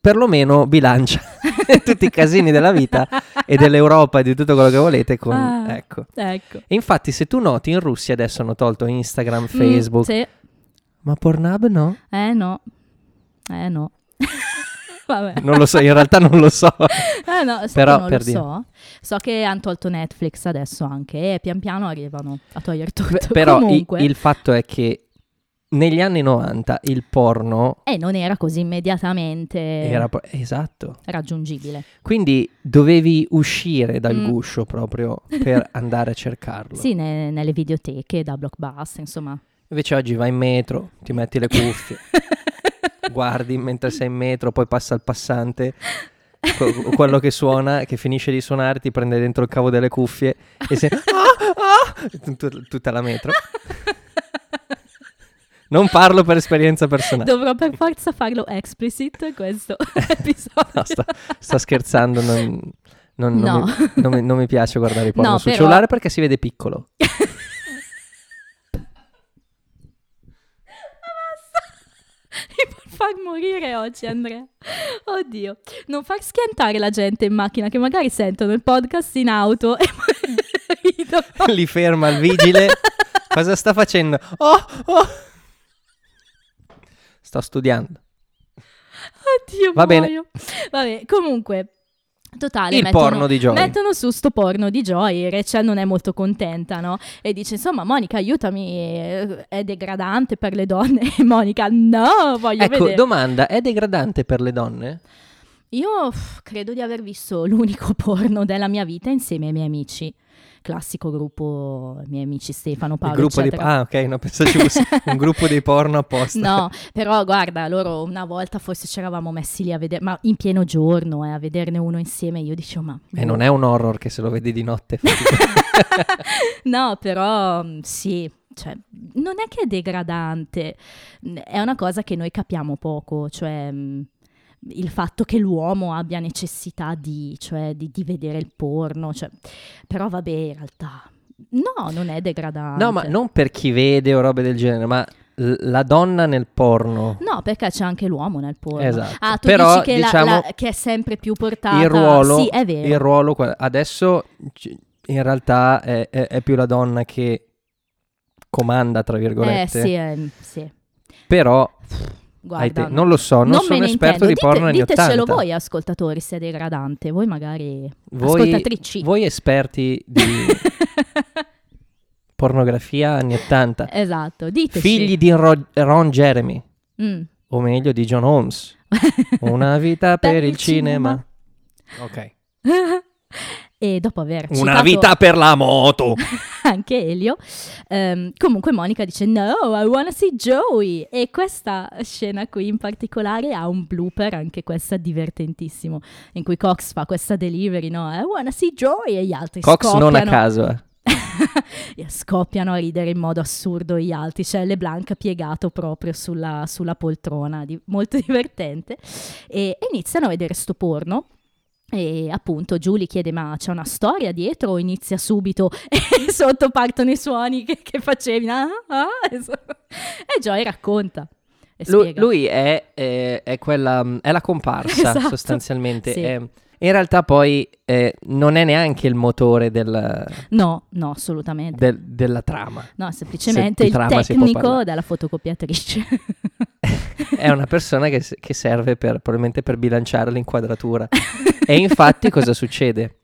perlomeno bilancia (laughs) tutti i casini della vita e dell'Europa e di tutto quello che volete con...
Ah.
Ecco.
Ecco.
E infatti se tu noti in Russia adesso hanno tolto Instagram,
Mm,
Facebook,
sì.
ma Pornhub no?
Eh no,
(laughs)
eh no. Vabbè.
Non lo so, in realtà non lo
(laughs)
so.
Eh no, sai
Però,
che non
per
lo
dire.
so. So che hanno tolto Netflix adesso anche e pian piano arrivano a togliere tutto.
Beh, Però i-
Comunque,
il fatto è che negli anni 90 il porno
eh, non era così immediatamente
era... pro- Esatto.
raggiungibile.
Quindi dovevi uscire dal
Mm.
guscio proprio
(laughs)
per andare a cercarlo.
Sì, ne- nelle videoteche, da blockbuster, insomma.
Invece oggi vai in metro, ti metti le
(laughs)
cuffie, guardi mentre sei in metro, poi passa il passante, que- quello che suona, che finisce di suonare, ti prende dentro il cavo delle cuffie e
(laughs)
sei... Ah, ah! Tut- tutta la metro. Non parlo per esperienza personale.
Dovrò per forza farlo explicit questo episodio.
(laughs) No, sta, sto scherzando, non, non- non
No.
mi, non mi- non mi piace guardare i porno
No,
sul
però-
cellulare perché si vede piccolo.
(laughs) Mi può far morire oggi, Andrea. Oddio, non far schiantare la gente in macchina che magari sentono il podcast in auto e (laughs) poi ridono.
Li ferma il vigile. Cosa sta facendo? Oh, oh. Sto studiando.
Oddio,
Va bene.
muoio. Vabbè, comunque, totale.
Il
mettono,
porno di Joy.
Mettono su sto porno di Joy, Rachel non è molto contenta, no? E dice, insomma, Monica, aiutami, eh, è degradante per le donne. (laughs) E Monica, no, voglio
Ecco,
vedere.
domanda, è degradante per le donne?
Io uff, credo di aver visto (laughs) l'unico porno della mia vita insieme ai miei amici. Classico gruppo, i miei amici Stefano, Paolo,
il gruppo di...
eccetera.
Ah, ok, no, pensavo ci
(laughs)
fosse un gruppo dei porno apposta.
No, però guarda, loro una volta forse ci eravamo messi lì a vedere, ma in pieno giorno, eh, a vederne uno insieme, io dicevo, ma...
E non è un horror che se lo vedi di notte.
No, però mh, sì, cioè, non è che è degradante, mh, è una cosa che noi capiamo poco, cioè mh, il fatto che l'uomo abbia necessità di, cioè, di, di vedere il porno, cioè, però vabbè, in realtà no, non è degradante.
no, ma non per chi vede o robe del genere, ma l- la donna nel porno.
No, perché c'è anche l'uomo nel porno.
Esatto.
Ah, tu
Però,
dici che, la-
diciamo,
la- che è sempre più portata.
il ruolo,
Sì, è vero.
il ruolo que- adesso c- in realtà è, è- è più la donna che comanda tra
eh,
virgolette
sì, eh, sì.
però ai
Guarda,
te- non lo so non,
non me
sono
ne
esperto
intendo.
di
Dite-
porno negli
Ditecelo
80
voi, ascoltatori, se è degradante. Voi magari
voi,
ascoltatrici.
voi esperti
(laughs)
di pornografia anni 80
esatto, diteci.
figli di Ro- Ron Jeremy
Mm.
o meglio di John Holmes (laughs) una vita per, il cinema, ok
E dopo aver
una
citato
vita per la
(laughs)
moto
anche Elio, ehm, comunque Monica dice no, I wanna see Joey. E questa scena qui in particolare ha un blooper, anche questa divertentissimo, in cui Cox fa questa delivery, no? I wanna see Joey e gli altri
Cox non a
scoppiano.
caso eh.
E scoppiano a ridere in modo assurdo gli altri. C'è LeBlanc piegato proprio sulla, sulla poltrona, di- molto (laughs) divertente. E, e iniziano a vedere sto porno. E appunto Julie chiede: Ma c'è una storia dietro? O inizia subito (laughs) e sotto partono i suoni che, che facevi? Ah, ah, e so- e Joy racconta. e
Lu-
spiega.
lui è, eh, è quella, mm, è la comparsa
(laughs) Esatto,
sostanzialmente.
sì.
Eh, in realtà poi eh, non è neanche il motore del-
No, no, assolutamente.
del- della trama.
No, è semplicemente
di
il
trama si può
tecnico
parlare.
della fotocopiatrice.
È una persona che, s- che serve per- probabilmente per bilanciare l'inquadratura. (laughs) e infatti cosa succede?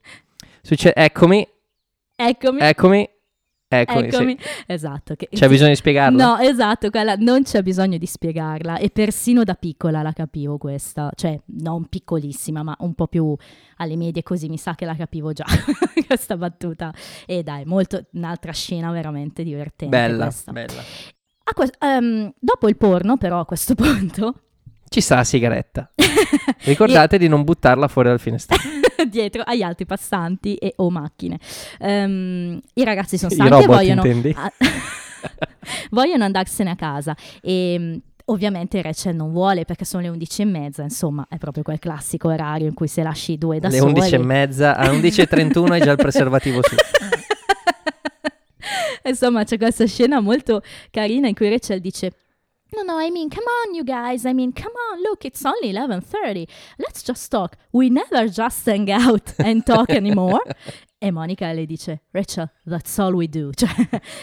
Succe- eccomi,
(laughs) Eccomi,
eccomi, eccomi. sì.
eccomi. Esatto. Che,
C'è bisogno di spiegarlo?
No, esatto, quella non c'è bisogno di spiegarla e persino da piccola la capivo questa, cioè non piccolissima, ma un po' più alle medie così mi sa che la capivo già (laughs) questa battuta. E dai, molto un'altra scena veramente divertente
Bella,
questa.
bella.
A que- ehm, dopo il porno però a questo punto (laughs)
Ci sta la sigaretta. Ricordate di non buttarla fuori dal finestrino.
dietro agli altri passanti e o macchine. Ehm, I ragazzi sono
I
stanchi e
robot,
vogliono
intendi?
Ah. (laughs) vogliono andarsene a casa e mh, ovviamente Rachel non vuole perché sono le 11 e mezza insomma è proprio quel classico orario in cui se lasci i due da
Le
soli
11 e mezza, alle 11.31 è già il
(laughs)
preservativo su.
insomma c'è questa scena molto carina in cui Rachel dice No, no, I mean, come on, you guys. I mean, come on, look, it's only 11.30. Let's just talk. We never just hang out and talk
(laughs)
anymore. e Monica le dice, Rachel, that's all we do. (laughs) Cioè,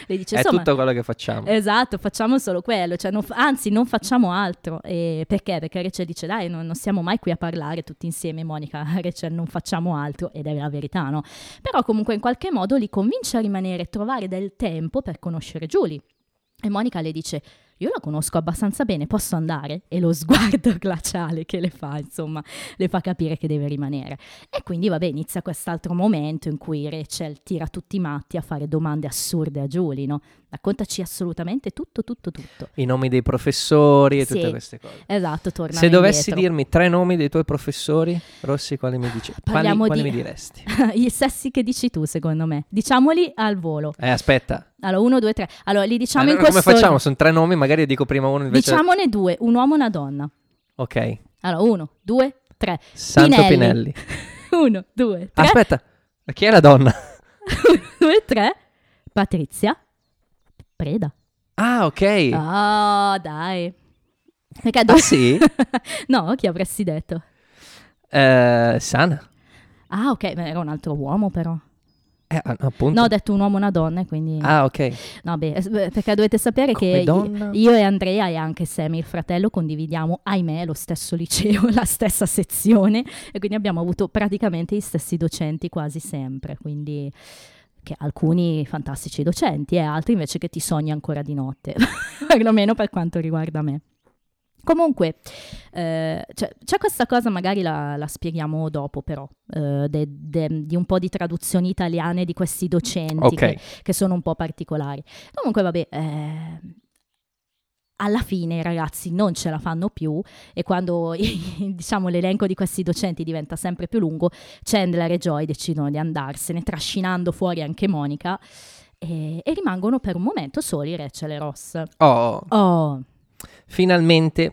le dice,
È
insomma,
tutto quello che facciamo.
Esatto, facciamo solo quello, cioè non fa- anzi non facciamo altro. E perché? Perché Rachel dice dai, non, non siamo mai qui a parlare tutti insieme, Monica, (laughs) Rachel non facciamo altro ed è la verità, no? Però comunque in qualche modo li convince a rimanere e trovare del tempo per conoscere Julie. E Monica le dice io la conosco abbastanza bene, posso andare? E lo sguardo (laughs) glaciale che le fa, insomma, le fa capire che deve rimanere. E quindi, vabbè, inizia quest'altro momento in cui Rachel tira tutti i matti a fare domande assurde a Julie, no? Raccontaci assolutamente tutto, tutto, tutto.
I nomi dei professori e
Sì.
tutte queste cose.
Esatto, torna
Se dovessi
indietro.
dirmi tre nomi dei tuoi professori, Rossi, quali mi dici? Quali,
Parliamo
quali
di-
mi diresti?
(laughs) I sessi che dici tu, secondo me. Diciamoli al volo.
Eh, aspetta.
Allora, uno, due, tre. Allora, li diciamo in
Allora, come
questo... Diciamo
facciamo? Sono tre nomi, magari io dico prima uno invece.
Diciamone due, un uomo e una donna.
Ok.
Allora, uno, due, tre. (laughs)
Santo
Pinelli. (laughs)
Pinelli.
Uno, due, tre.
Aspetta. Chi è la donna?
(laughs) Uno, due, tre. Patrizia. Preda.
Ah, ok. Ah,
Ah, dai. Perché do-
sì?
(laughs) no, chi avresti detto?
Eh, Sana.
Ah, ok, ma era un altro uomo però.
Eh, ah, appunto.
No, ho detto un uomo e una donna, quindi...
ah, ok.
No, beh, es- beh, perché dovete sapere
Come
che i-
donna?
io e Andrea e anche Sam, il fratello, condividiamo, ahimè, lo stesso liceo, (laughs) la stessa sezione e quindi abbiamo avuto praticamente gli stessi docenti quasi sempre, quindi che alcuni fantastici docenti e altri invece che ti sogni ancora di notte, (laughs) perlomeno per quanto riguarda me. Comunque, eh, c'è, c'è questa cosa, magari la, la spieghiamo dopo però, eh, de- de- di un po' di traduzioni italiane di questi docenti
Ok.
che- che sono un po' particolari. Comunque, vabbè, ehm, alla fine i ragazzi non ce la fanno più e quando (laughs) diciamo, l'elenco di questi docenti diventa sempre più lungo, Chandler e Joy decidono di andarsene, trascinando fuori anche Monica e, e rimangono per un momento soli Rachel e Ross.
Oh,
Oh,
finalmente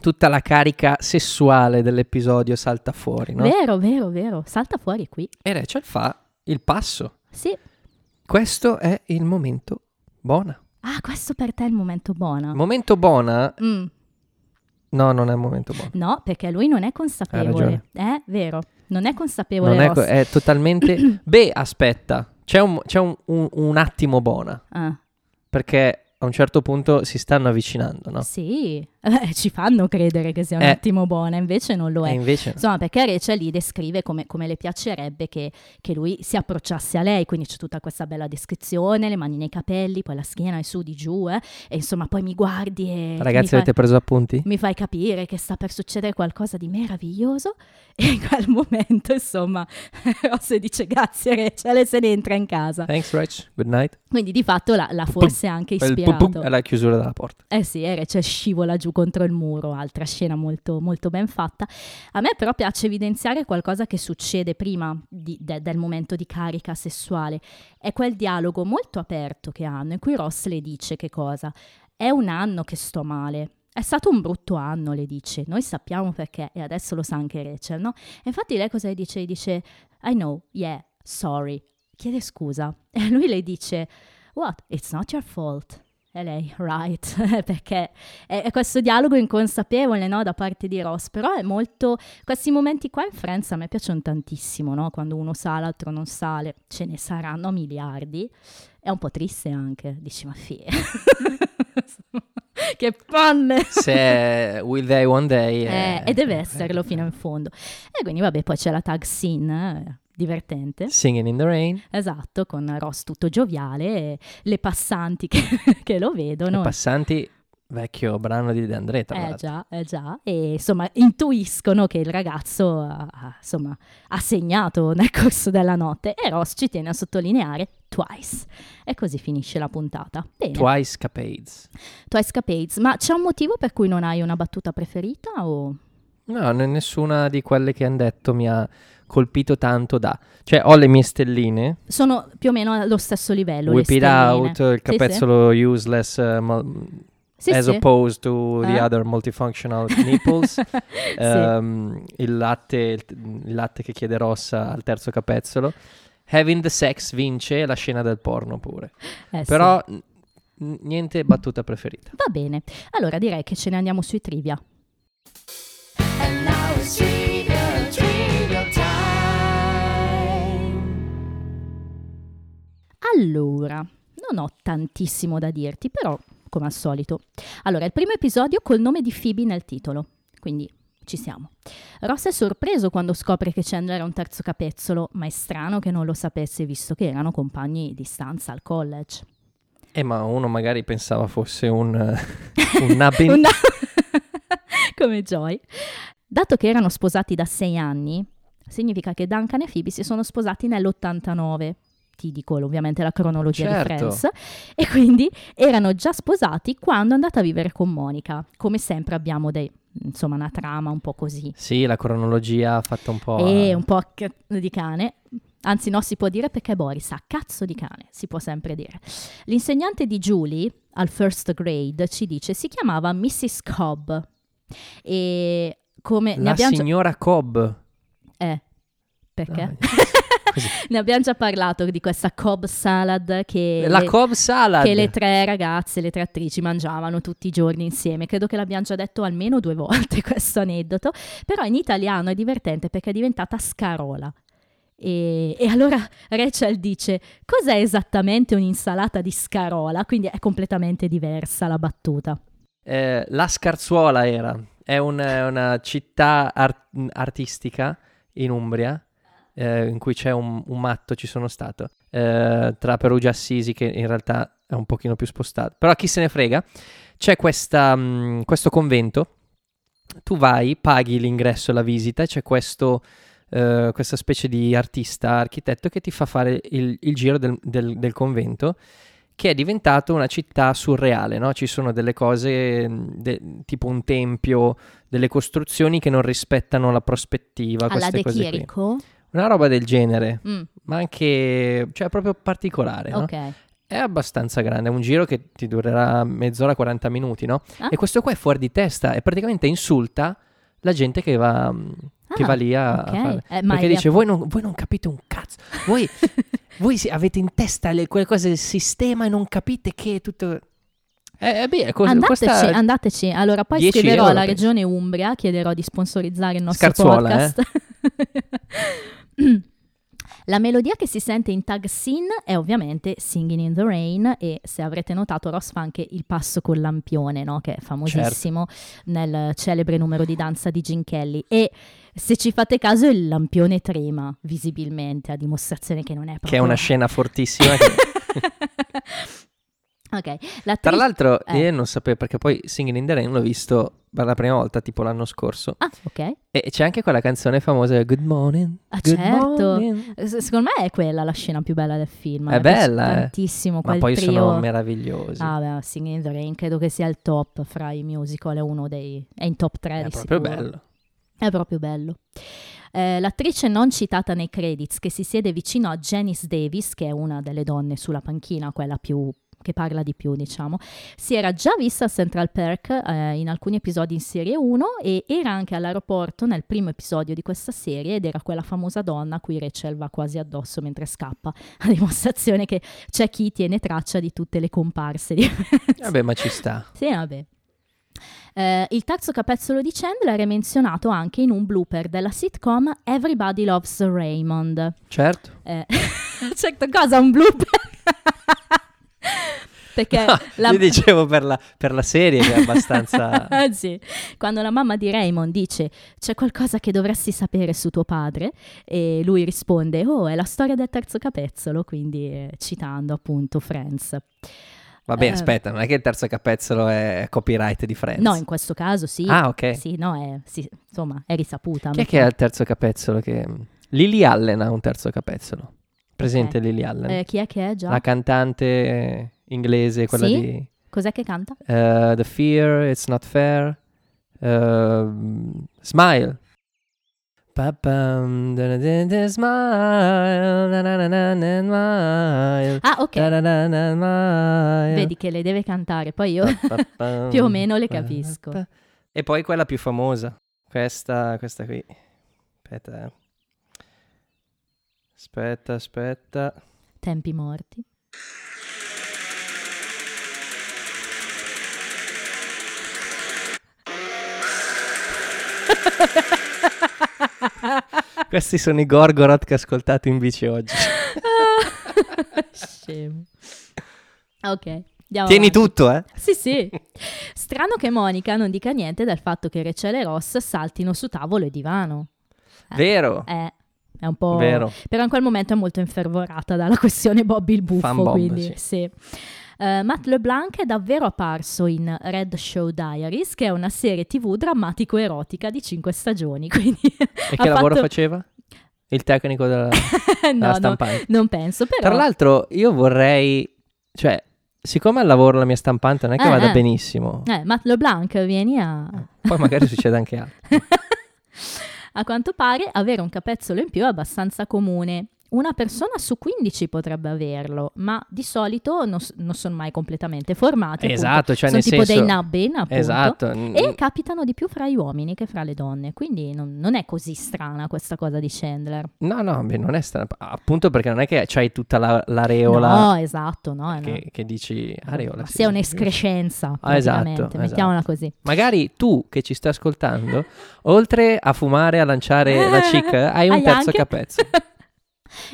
tutta la carica sessuale dell'episodio salta fuori, no?
vero, vero, vero, salta fuori qui.
E Rachel fa il passo.
Sì.
Questo è il momento buona.
Ah, questo per te è il momento buono.
Momento buona?
Mm.
No, non è il momento buono.
No, perché lui non è consapevole. Eh, vero. Non è consapevole
Non è,
Ross.
co- eh.
(clears throat)
è totalmente... Beh, aspetta, c'è, un, c'è un- un- un attimo buona,
Ah.
perché a un certo punto si stanno avvicinando, no?
Sì, Eh, (laughs) ci fanno credere che sia un
Esatto. Eh.
attimo buona, invece non lo
E
è.
invece...
Insomma, perché Rachel li descrive come, come le piacerebbe che, che lui si approcciasse a lei, quindi c'è tutta questa bella descrizione, le mani nei capelli, poi la schiena in su di giù, eh, e insomma poi mi guardi e mi,
Ragazzi,
fai,
avete preso appunti?
mi fai capire che sta per succedere qualcosa di meraviglioso (laughs) e in quel momento insomma (laughs) Ross dice grazie Rachel e se ne entra in casa.
Thanks, Rach. Good night.
Quindi di fatto l'ha, l'ha forse anche
Poi il pum-pum
ispirato.
è la chiusura della porta.
Eh sì, eh, cioè scivola giù contro il muro, altra scena molto, molto ben fatta. A me però piace evidenziare qualcosa che succede prima di- de- del momento di carica sessuale. È quel dialogo molto aperto che hanno, in cui Ross le dice che cosa? È un anno che sto male. È stato un brutto anno, le dice. Noi sappiamo perché, e adesso lo sa anche Rachel, no? E infatti lei cosa le dice? Le dice, I know, yeah, (laughs) sorry. Chiede scusa. E lui le dice, What? It's not your fault. E lei, right, (laughs) perché è, è questo dialogo inconsapevole no, da parte di Ross, però è molto... Questi momenti qua in Friends a me piacciono tantissimo, no? quando uno sa, l'altro non sale, ce ne saranno miliardi. È un po' triste anche, dici ma fie. (laughs) che panne! (laughs)
Se Will They One Day...
Eh, e deve esserlo fino in fondo. E quindi vabbè, poi c'è la tag scene, eh, divertente.
Singing in the Rain.
Esatto, con Ross tutto gioviale e le passanti che, (laughs) che lo vedono.
I passanti, vecchio brano di De André, tra
eh
l'altro.
già, eh già, e insomma intuiscono che il ragazzo ha, ha- insomma, ha segnato nel corso della notte e Ross ci tiene a sottolineare Twice. E così finisce la puntata. Bene,
Twice Capades.
Twice Capades, ma c'è un motivo per cui non hai una battuta preferita o...
No, n- nessuna di quelle che hanno detto mi ha colpito tanto da... Cioè, ho le mie stelline,
Sono più o meno allo stesso livello. le
Whip It
stelline.
Out, il
Sì, sì.
capezzolo useless, eh, mo-
Sì,
as
sì.
opposed to the
Ah.
other multifunctional nipples,
(laughs) Sì.
ehm, il, latte, il, il latte che chiede rossa al terzo capezzolo. Having the sex vince la scena del porno pure.
Eh, sì.
Però n- n- niente battuta preferita.
Va bene, allora direi che ce ne andiamo sui trivia. Allora, non ho tantissimo da dirti, però come al solito. Allora, il primo episodio col nome di Phoebe nel titolo, quindi ci siamo. Ross è sorpreso quando scopre che Chandler è un terzo capezzolo, ma è strano che non lo sapesse visto che erano compagni di stanza al college.
Eh, ma uno magari pensava fosse un, (laughs) eh,
(laughs)
un abbin-
Una- Come Joy. Dato che erano sposati da sei anni, significa che Duncan e Phoebe si sono sposati nell'89. Ti dico ovviamente la cronologia
Certo.
di Friends. E quindi erano già sposati quando è andata a vivere con Monica. Come sempre abbiamo dei, insomma, una trama un po' così.
Sì, la cronologia ha fatto un po'... eh.
E
a-
un po' a c- di cane. Anzi, no, si può dire perché Boris ha cazzo di cane, si può sempre dire. L'insegnante di Julie al first grade ci dice si chiamava Mrs. Cobb. E come Eh, ne
La
abbiamo già-
signora Cobb.
eh, perché?
Ah,
(laughs) ne abbiamo già parlato di questa Cobb salad che
la
le-
Cobb Salad.
che le tre ragazze, le tre attrici mangiavano tutti i giorni insieme. Credo che l'abbiamo già detto almeno due (laughs) volte questo aneddoto, però in italiano è divertente perché è diventata scarola. E, e allora Rachel dice cos'è esattamente un'insalata di scarola, quindi è completamente diversa la battuta.
Eh, la Scarzuola era, è un- è una città ar- artistica in Umbria eh, in cui c'è un, un matto, ci sono stato, eh, tra Perugia e Assisi che in realtà è un pochino più spostato, però chi se ne frega, c'è questa, mh, questo convento, tu vai, paghi l'ingresso e la visita e c'è questo, eh, questa specie di artista, architetto che ti fa fare il, il giro del- del- del convento che è diventato una città surreale, no? Ci sono delle cose mh, de- tipo un tempio, delle costruzioni che non rispettano la prospettiva,
Alla
queste
De
cose qui.
Chirico?
Una roba del genere,
Mm,
ma anche cioè proprio particolare, no?
Ok.
È abbastanza grande, è un giro che ti durerà mezz'ora, 40 minuti, no?
Ah.
E questo qua è fuori di testa e praticamente insulta la gente che va mh, che
Ah,
va lì a, a
ok.
fare-
Eh, ma
perché
è-
dice voi non, voi non capite un cazzo voi, voi si- avete in testa le, quelle cose del sistema e non capite che è tutto eh, eh, beh, è cos-
Andateci,
questa
andateci. Allora, poi
10
scriverò
euro,
alla
penso.
regione Umbria, chiederò di sponsorizzare il nostro
Scarzuola, eh?
podcast. (laughs) La melodia che si sente in Tag Scene è ovviamente Singing in the Rain e se avrete notato Ross fa anche il passo col lampione, no? che è famosissimo
Certo.
nel celebre numero di danza di Gin Kelly e se ci fate caso il lampione trema visibilmente a dimostrazione che non è proprio
che è una scena fortissima che-
Ok,
tra
l'attrice-
l'altro
(laughs) eh.
io non sapevo perché poi Singing in the Rain l'ho visto per la prima volta tipo l'anno scorso
Ah, ok.
e c'è anche quella canzone famosa Good Morning
Ah,
Good
certo.
morning.
S- Secondo me è quella la scena più bella del film.
È
Mi piace
bella, eh.
tantissimo.
ma
quel
poi
trio.
sono meravigliosi
Ah, beh, Singing in the Rain credo che sia il top fra i musical, è uno dei. è in top 3
è
di
proprio
sicuro.
bello
È proprio bello. Eh, l'attrice non citata nei credits che si siede vicino a Janice Davis, che è una delle donne sulla panchina, quella più che parla di più, diciamo. Si era già vista a Central Park eh, in alcuni episodi in serie 1 e era anche all'aeroporto nel primo episodio di questa serie ed era quella famosa donna a cui Rachel va quasi addosso mentre scappa, (laughs) a dimostrazione che c'è chi tiene traccia di tutte le comparse. Di... (laughs)
Vabbè, ma ci sta.
sì, vabbè. Eh, il terzo capezzolo di Chandler è menzionato anche in un blooper della sitcom Everybody Loves Raymond.
Certo.
Eh, (laughs) certo cosa un blooper? (laughs) Perché la,
Io dicevo per la, per la serie che è
(laughs)
abbastanza...
Eh, Sì. Quando la mamma di Raymond dice c'è qualcosa che dovresti sapere su tuo padre e lui risponde oh è la storia del terzo capezzolo, quindi eh, citando appunto Friends.
Vabbè,
Eh.
aspetta, non è che il terzo capezzolo è copyright di Friends.
No, in questo caso sì.
Ah, ok.
Sì, no, è, sì, insomma, è risaputa.
Chi è che ha il terzo capezzolo? Che... mm, Lily Allen ha un terzo capezzolo. Presente Lily Allen?
Eh, chi è che è già?
La cantante eh, inglese, quella
Sì?
di
Cos'è che canta?
eh, The Fear, It's Not Fair, ehm, Smile. Pa-pam, da-da-da-da, Smile, da-da-da-da-da, smile,
Ah, ok.
da-da-da-da, smile.
Vedi che le deve cantare, poi io (laughs)
Pa-pa-pam,
più o meno le capisco.
pa-pa. E poi quella più famosa, questa, questa qui. Aspetta. eh. Aspetta, aspetta. (laughs)
Tempi morti. Ah.
Questi sono i Gorgoroth che ho ascoltato in bici
(laughs)
oggi.
Scemo. Ok, andiamo
Tieni
avanti.
tutto, eh?
Sì, sì. Strano che Monica non dica niente del fatto che Rachel e Ross saltino su tavolo e divano. Eh.
Vero,
Eh, è un po'...
vero.
Però in quel momento è molto infervorata dalla (laughs) questione Bobby il buffo,
Fan bomb,
quindi
sì.
sì. Eh, Matt LeBlanc è davvero apparso in Red Show Diaries, che è una serie tv drammatico-erotica di cinque stagioni, (laughs) quindi
E
ha
che lavoro
fatto-
faceva? Il tecnico
(laughs)
della, della
eh, no, no,
stampante.
non penso, però...
Tra l'altro, io vorrei. Cioè, siccome al lavoro la mia stampante non è che
Eh,
vada
eh.
benissimo,
Eh, Matt LeBlanc, vieni a...
poi magari succede anche
(laughs)
altro.
A quanto pare avere un capezzolo in più è abbastanza comune. Una persona su 15 potrebbe averlo, ma di solito non, s- non sono mai completamente formati. appunto.
Esatto, cioè
sono
nel
tipo
senso.
dei nubbin, appunto.
esatto. n-
E capitano di più fra gli uomini che fra le donne, quindi non, non è così strana questa cosa di Chandler.
No, no, beh, non è strano. Appunto perché non è che c'hai tutta la, l'areola
No, esatto, no. no.
che, che dici areola.
Ma
sì,
sia
giusto.
un'escrescenza,
Ah, esatto,
praticamente,
esatto.
mettiamola così.
Magari tu che ci stai ascoltando, oltre a fumare, a lanciare
(laughs)
la chic, hai un
Hai
terzo
anche-
capezzolo.
(laughs)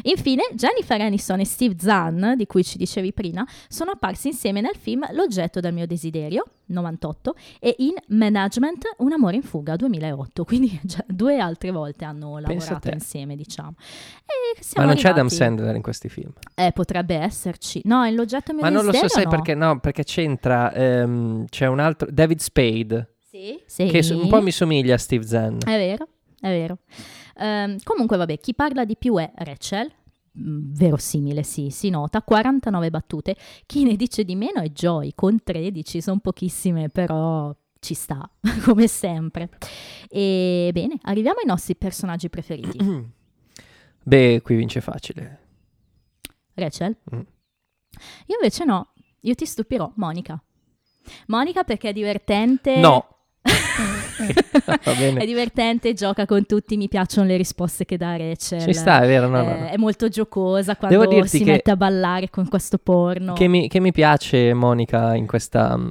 Infine, Jennifer Aniston e Steve Zahn, di cui ci dicevi prima, sono apparsi insieme nel film L'oggetto del mio desiderio, 98, e in Management, Un amore in fuga, 2008. Quindi (laughs) già due altre volte hanno
Pensa
lavorato
te.
insieme, damo E
Ma
siamo
non c'è Adam
arrivati-
Sandler in questi film.
Eh, potrebbe esserci. No, in L'oggetto del mio
Ma non lo
desiderio
so, sai
no.
perché? No, perché c'entra. ehm, c'è un altro. David Spade,
Sì? Sì. Eh.
che so- un po' mi somiglia a Steve Zahn.
È vero, è vero. Ehm, comunque, vabbè, chi parla di più è Rachel. mm, Verosimile, sì, si nota. 49 battute. Chi ne dice di meno è Joy, con 13. Sono pochissime, però ci sta, (laughs) come sempre. E bene, arriviamo ai nostri personaggi preferiti.
(clears throat) Beh, qui vince facile.
Rachel?
Mm.
Io invece no. Io ti stupirò, Monica. Monica perché è divertente. (laughs)
No. (laughs) Va
Eh. È
bene.
divertente, gioca con tutti, mi piacciono le risposte che dà Rachel.
Ci sta, è vero? No, no,
Eh,
no.
È molto giocosa quando
Devo dirti
si
che-
mette a ballare con questo porno.
Che, mi, che mi piace Monica in questa. mm,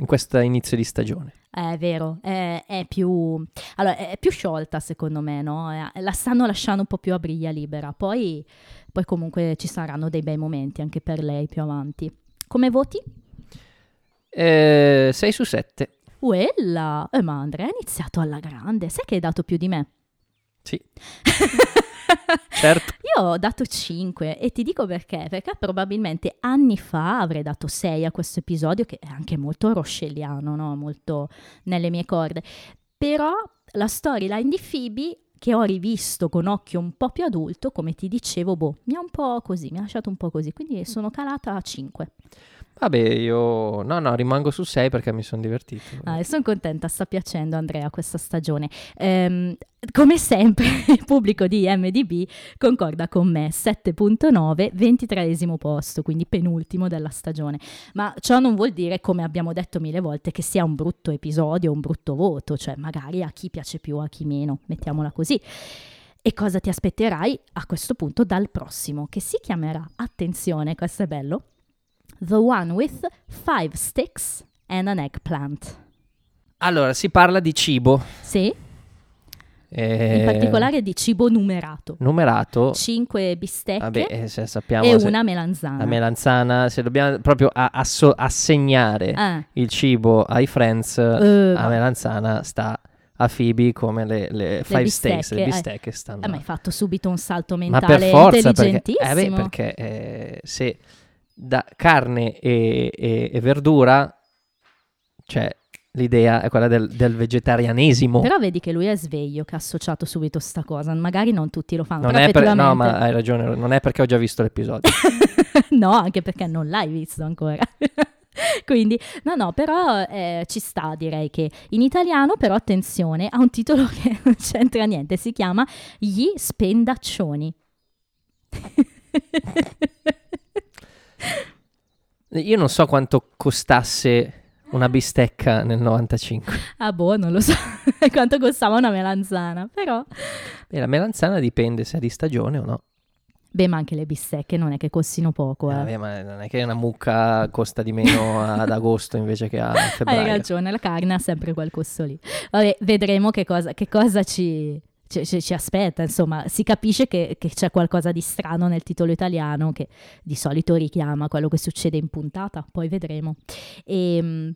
In questo inizio di stagione.
Eh, È vero, è, è più... allora, è più sciolta secondo me, no? Eh, La stanno lasciando un po' più a briglia libera. Poi, poi comunque ci saranno dei bei momenti anche per lei più avanti. Come voti?
6 Eh, su 7.
Uella! Eh, ma Andrea ha iniziato alla grande. Sai che hai dato più di me?
Sì.
(laughs)
certo.
Io ho dato 5 e ti dico perché, perché probabilmente anni fa avrei dato 6 a questo episodio che è anche molto roscelliano, no? molto nelle mie corde, però la storyline di Phoebe che ho rivisto con occhio un po' più adulto, come ti dicevo, boh, mi ha un po' così, mi ha lasciato un po' così, quindi sono calata a 5.
Vabbè, io no, no, rimango su 6 perché mi sono divertito.
Ah, sono contenta, sta piacendo Andrea questa stagione. Ehm, come sempre (laughs) il pubblico di MDB concorda con me, 7.9, 23 posto, quindi penultimo della stagione. Ma ciò non vuol dire, come abbiamo detto mille volte, che sia un brutto episodio, un brutto voto, cioè magari a chi piace più, a chi meno, mettiamola così. E cosa ti aspetterai a questo punto dal prossimo, che si chiamerà, attenzione, questo è bello, The One with Five Sticks and an Eggplant.
Allora, si parla di cibo.
Sì,
eh,
in particolare di cibo numerato.
Numerato.
5 bistecche
Vabbè, eh, se sappiamo
e
se-
una melanzana.
la melanzana, se dobbiamo proprio a- asso- assegnare
Ah,
il cibo ai friends,
eh,
a melanzana sta a Phoebe come le, le five steaks,
bistecche,
le
eh.
bistecche stanno.
eh, ma hai fatto subito un salto
Ma
mentale
per forza, perché,
intelligentissimo.
eh beh, perché eh, se da carne e, e- e verdura, cioè l'idea è quella del, del vegetarianesimo.
Però vedi che lui è sveglio che ha associato subito sta cosa. Magari non tutti lo fanno.
non
però
è per- no, ma
effettivamente-
hai ragione, non è perché ho già visto
(laughs)
l'episodio.
no, anche perché non l'hai visto ancora. (laughs) Quindi, no, no, però eh, ci sta, direi che in italiano, però attenzione, ha un titolo (laughs) che non c'entra niente, si chiama Gli spendaccioni. (laughs)
Io non so quanto costasse una bistecca nel 95.
ah, boh, non lo so (laughs) quanto costava una melanzana, però...
E la melanzana dipende se è di stagione o no.
Beh, ma anche le bistecche non è che costino poco, eh.
Vabbè, ma non è che una mucca costa di
(laughs)
meno ad agosto invece che a febbraio.
Hai ragione, la carne ha sempre quel costo lì. Vabbè, vedremo che cosa, che cosa ci, ci- ci- ci aspetta. Insomma, si capisce che, che c'è qualcosa di strano nel titolo italiano che di solito richiama quello che succede in puntata. Poi vedremo. Ehm,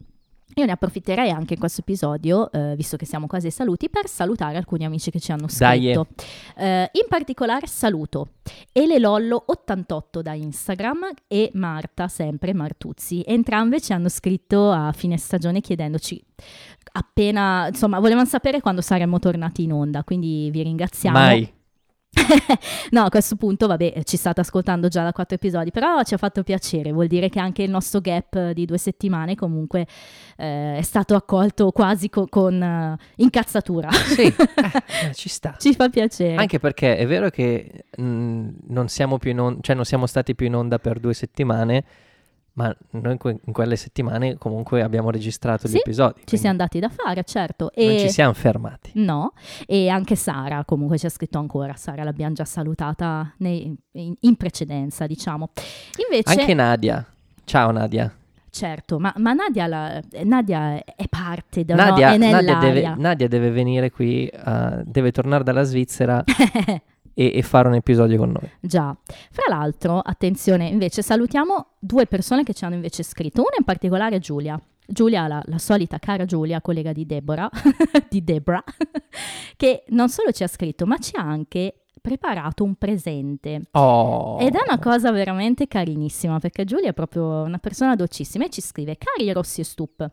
Io ne approfitterei anche in questo episodio, eh, visto che siamo quasi ai saluti, per salutare alcuni amici che ci hanno
Dai, eh.
scritto. Eh, in particolare saluto Elelollo88 da Instagram e Marta, sempre Martuzzi. Entrambe ci hanno scritto a fine stagione chiedendoci appena, insomma, volevano sapere quando saremmo tornati in onda, quindi vi ringraziamo.
Mai.
No, a questo punto, vabbè, ci state ascoltando già da quattro episodi, però ci ha fatto piacere, vuol dire che anche il nostro gap di due settimane comunque eh, è stato accolto quasi co- con eh, incazzatura. (laughs)
Sì, (laughs) eh, ci sta.
Ci fa piacere.
Anche perché è vero che mh, non siamo più in on- cioè non siamo stati più in onda per due settimane, ma noi in que- in quelle settimane comunque abbiamo registrato gli
Sì,
episodi.
Ci
quindi
siamo dati da fare, certo.
Non
E...
ci siamo fermati.
No, e anche Sara comunque ci ha scritto ancora, Sara l'abbiamo già salutata nei- in, in precedenza, diciamo. Invece,
Anche Nadia. Ciao Nadia.
certo, ma, ma Nadia, la- Nadia è parte, da,
Nadia,
no, è
Nadia,
nell'aria.
deve, Nadia deve venire qui, eh, deve tornare dalla (laughs) Svizzera e, e fare un episodio con noi.
Già, fra l'altro, attenzione, invece salutiamo due persone che ci hanno invece scritto, una in particolare è Giulia. Giulia, la, la solita cara Giulia, collega di Deborah, (laughs) di Debra, (laughs) che non solo ci ha scritto, ma ci ha anche preparato un presente.
Oh.
Ed è una cosa veramente carinissima perché Giulia è proprio una persona dolcissima e ci scrive: Cari Rossi e Stup.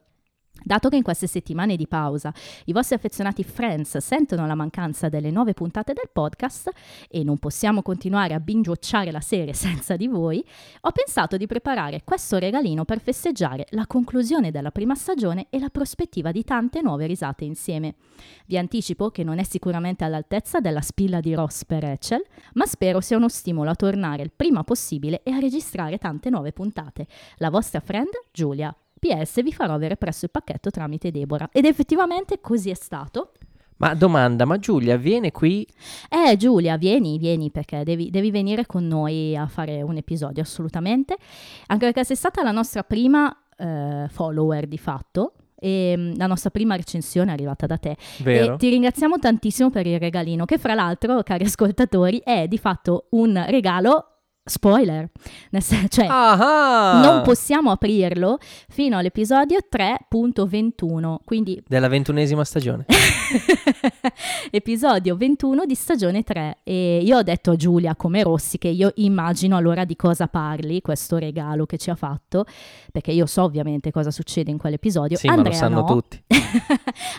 Dato che in queste settimane di pausa i vostri affezionati friends sentono la mancanza delle nuove puntate del podcast e non possiamo continuare a bingiocciare la serie (laughs) senza di voi, ho pensato di preparare questo regalino per festeggiare la conclusione della prima stagione e la prospettiva di tante nuove risate insieme. Vi anticipo che non è sicuramente all'altezza della spilla di Ross per Rachel, ma spero sia uno stimolo a tornare il prima possibile e a registrare tante nuove puntate. La vostra friend Giulia. PS vi farò avere presso il pacchetto tramite Deborah. Ed effettivamente così è stato.
Ma domanda, ma Giulia viene qui
Eh Giulia, vieni, vieni perché devi, devi venire con noi a fare un episodio assolutamente. Anche perché sei stata la nostra prima eh, follower di fatto e mm, la nostra prima recensione è arrivata da te.
Vero?
E ti ringraziamo tantissimo per il regalino, che fra l'altro, cari ascoltatori, è di fatto un regalo spoiler. Nel sen- cioè,
Ah
non possiamo aprirlo fino all'episodio 3.21, quindi (laughs)
Della ventunesima stagione.
episodio 21 di stagione 3. E io ho detto a Giulia, come Rossi, che io immagino allora di cosa parli questo regalo che ci ha fatto, perché io so ovviamente cosa succede in quell'episodio.
Sì, ma
Andrea
lo sanno (laughs)
no.
tutti.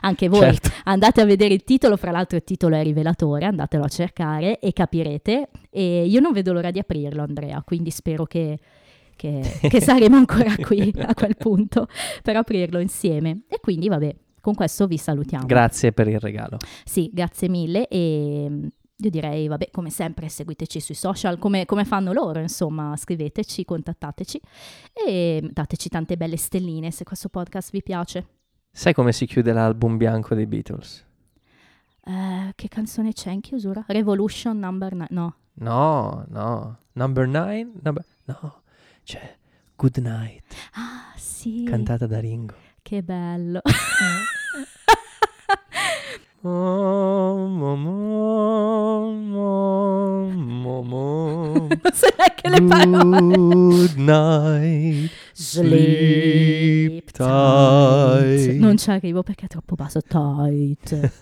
Anche voi
Certo.
andate a vedere il titolo, fra l'altro il titolo è rivelatore, andatelo a cercare e capirete. E io non vedo l'ora di aprirlo, Andrea, quindi spero che, che, che saremo ancora qui a quel punto per aprirlo insieme. E quindi, vabbè, con questo vi salutiamo.
Grazie per il regalo.
Sì, grazie mille e mm, io direi, vabbè, come sempre seguiteci sui social, come, come fanno loro, insomma, scriveteci, contattateci e mm, dateci tante belle stelline se questo podcast vi piace.
Sai come si chiude l'album bianco dei Beatles?
Eh, che canzone c'è in chiusura? Revolution number 9, no.
No, no. Number 9? No, c'è Good Night,
Ah, sì,
cantata da Ringo.
che bello.
Eh.
(laughs)
Oh, mo, mo, mo, mo, mo.
non so neanche le parole.
Good night, sleep tight.
Non
(laughs)
ci arrivo perché è troppo basso. Tight.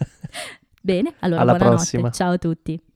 Bene, allora
Alla
buonanotte.
prossima.
Ciao a tutti.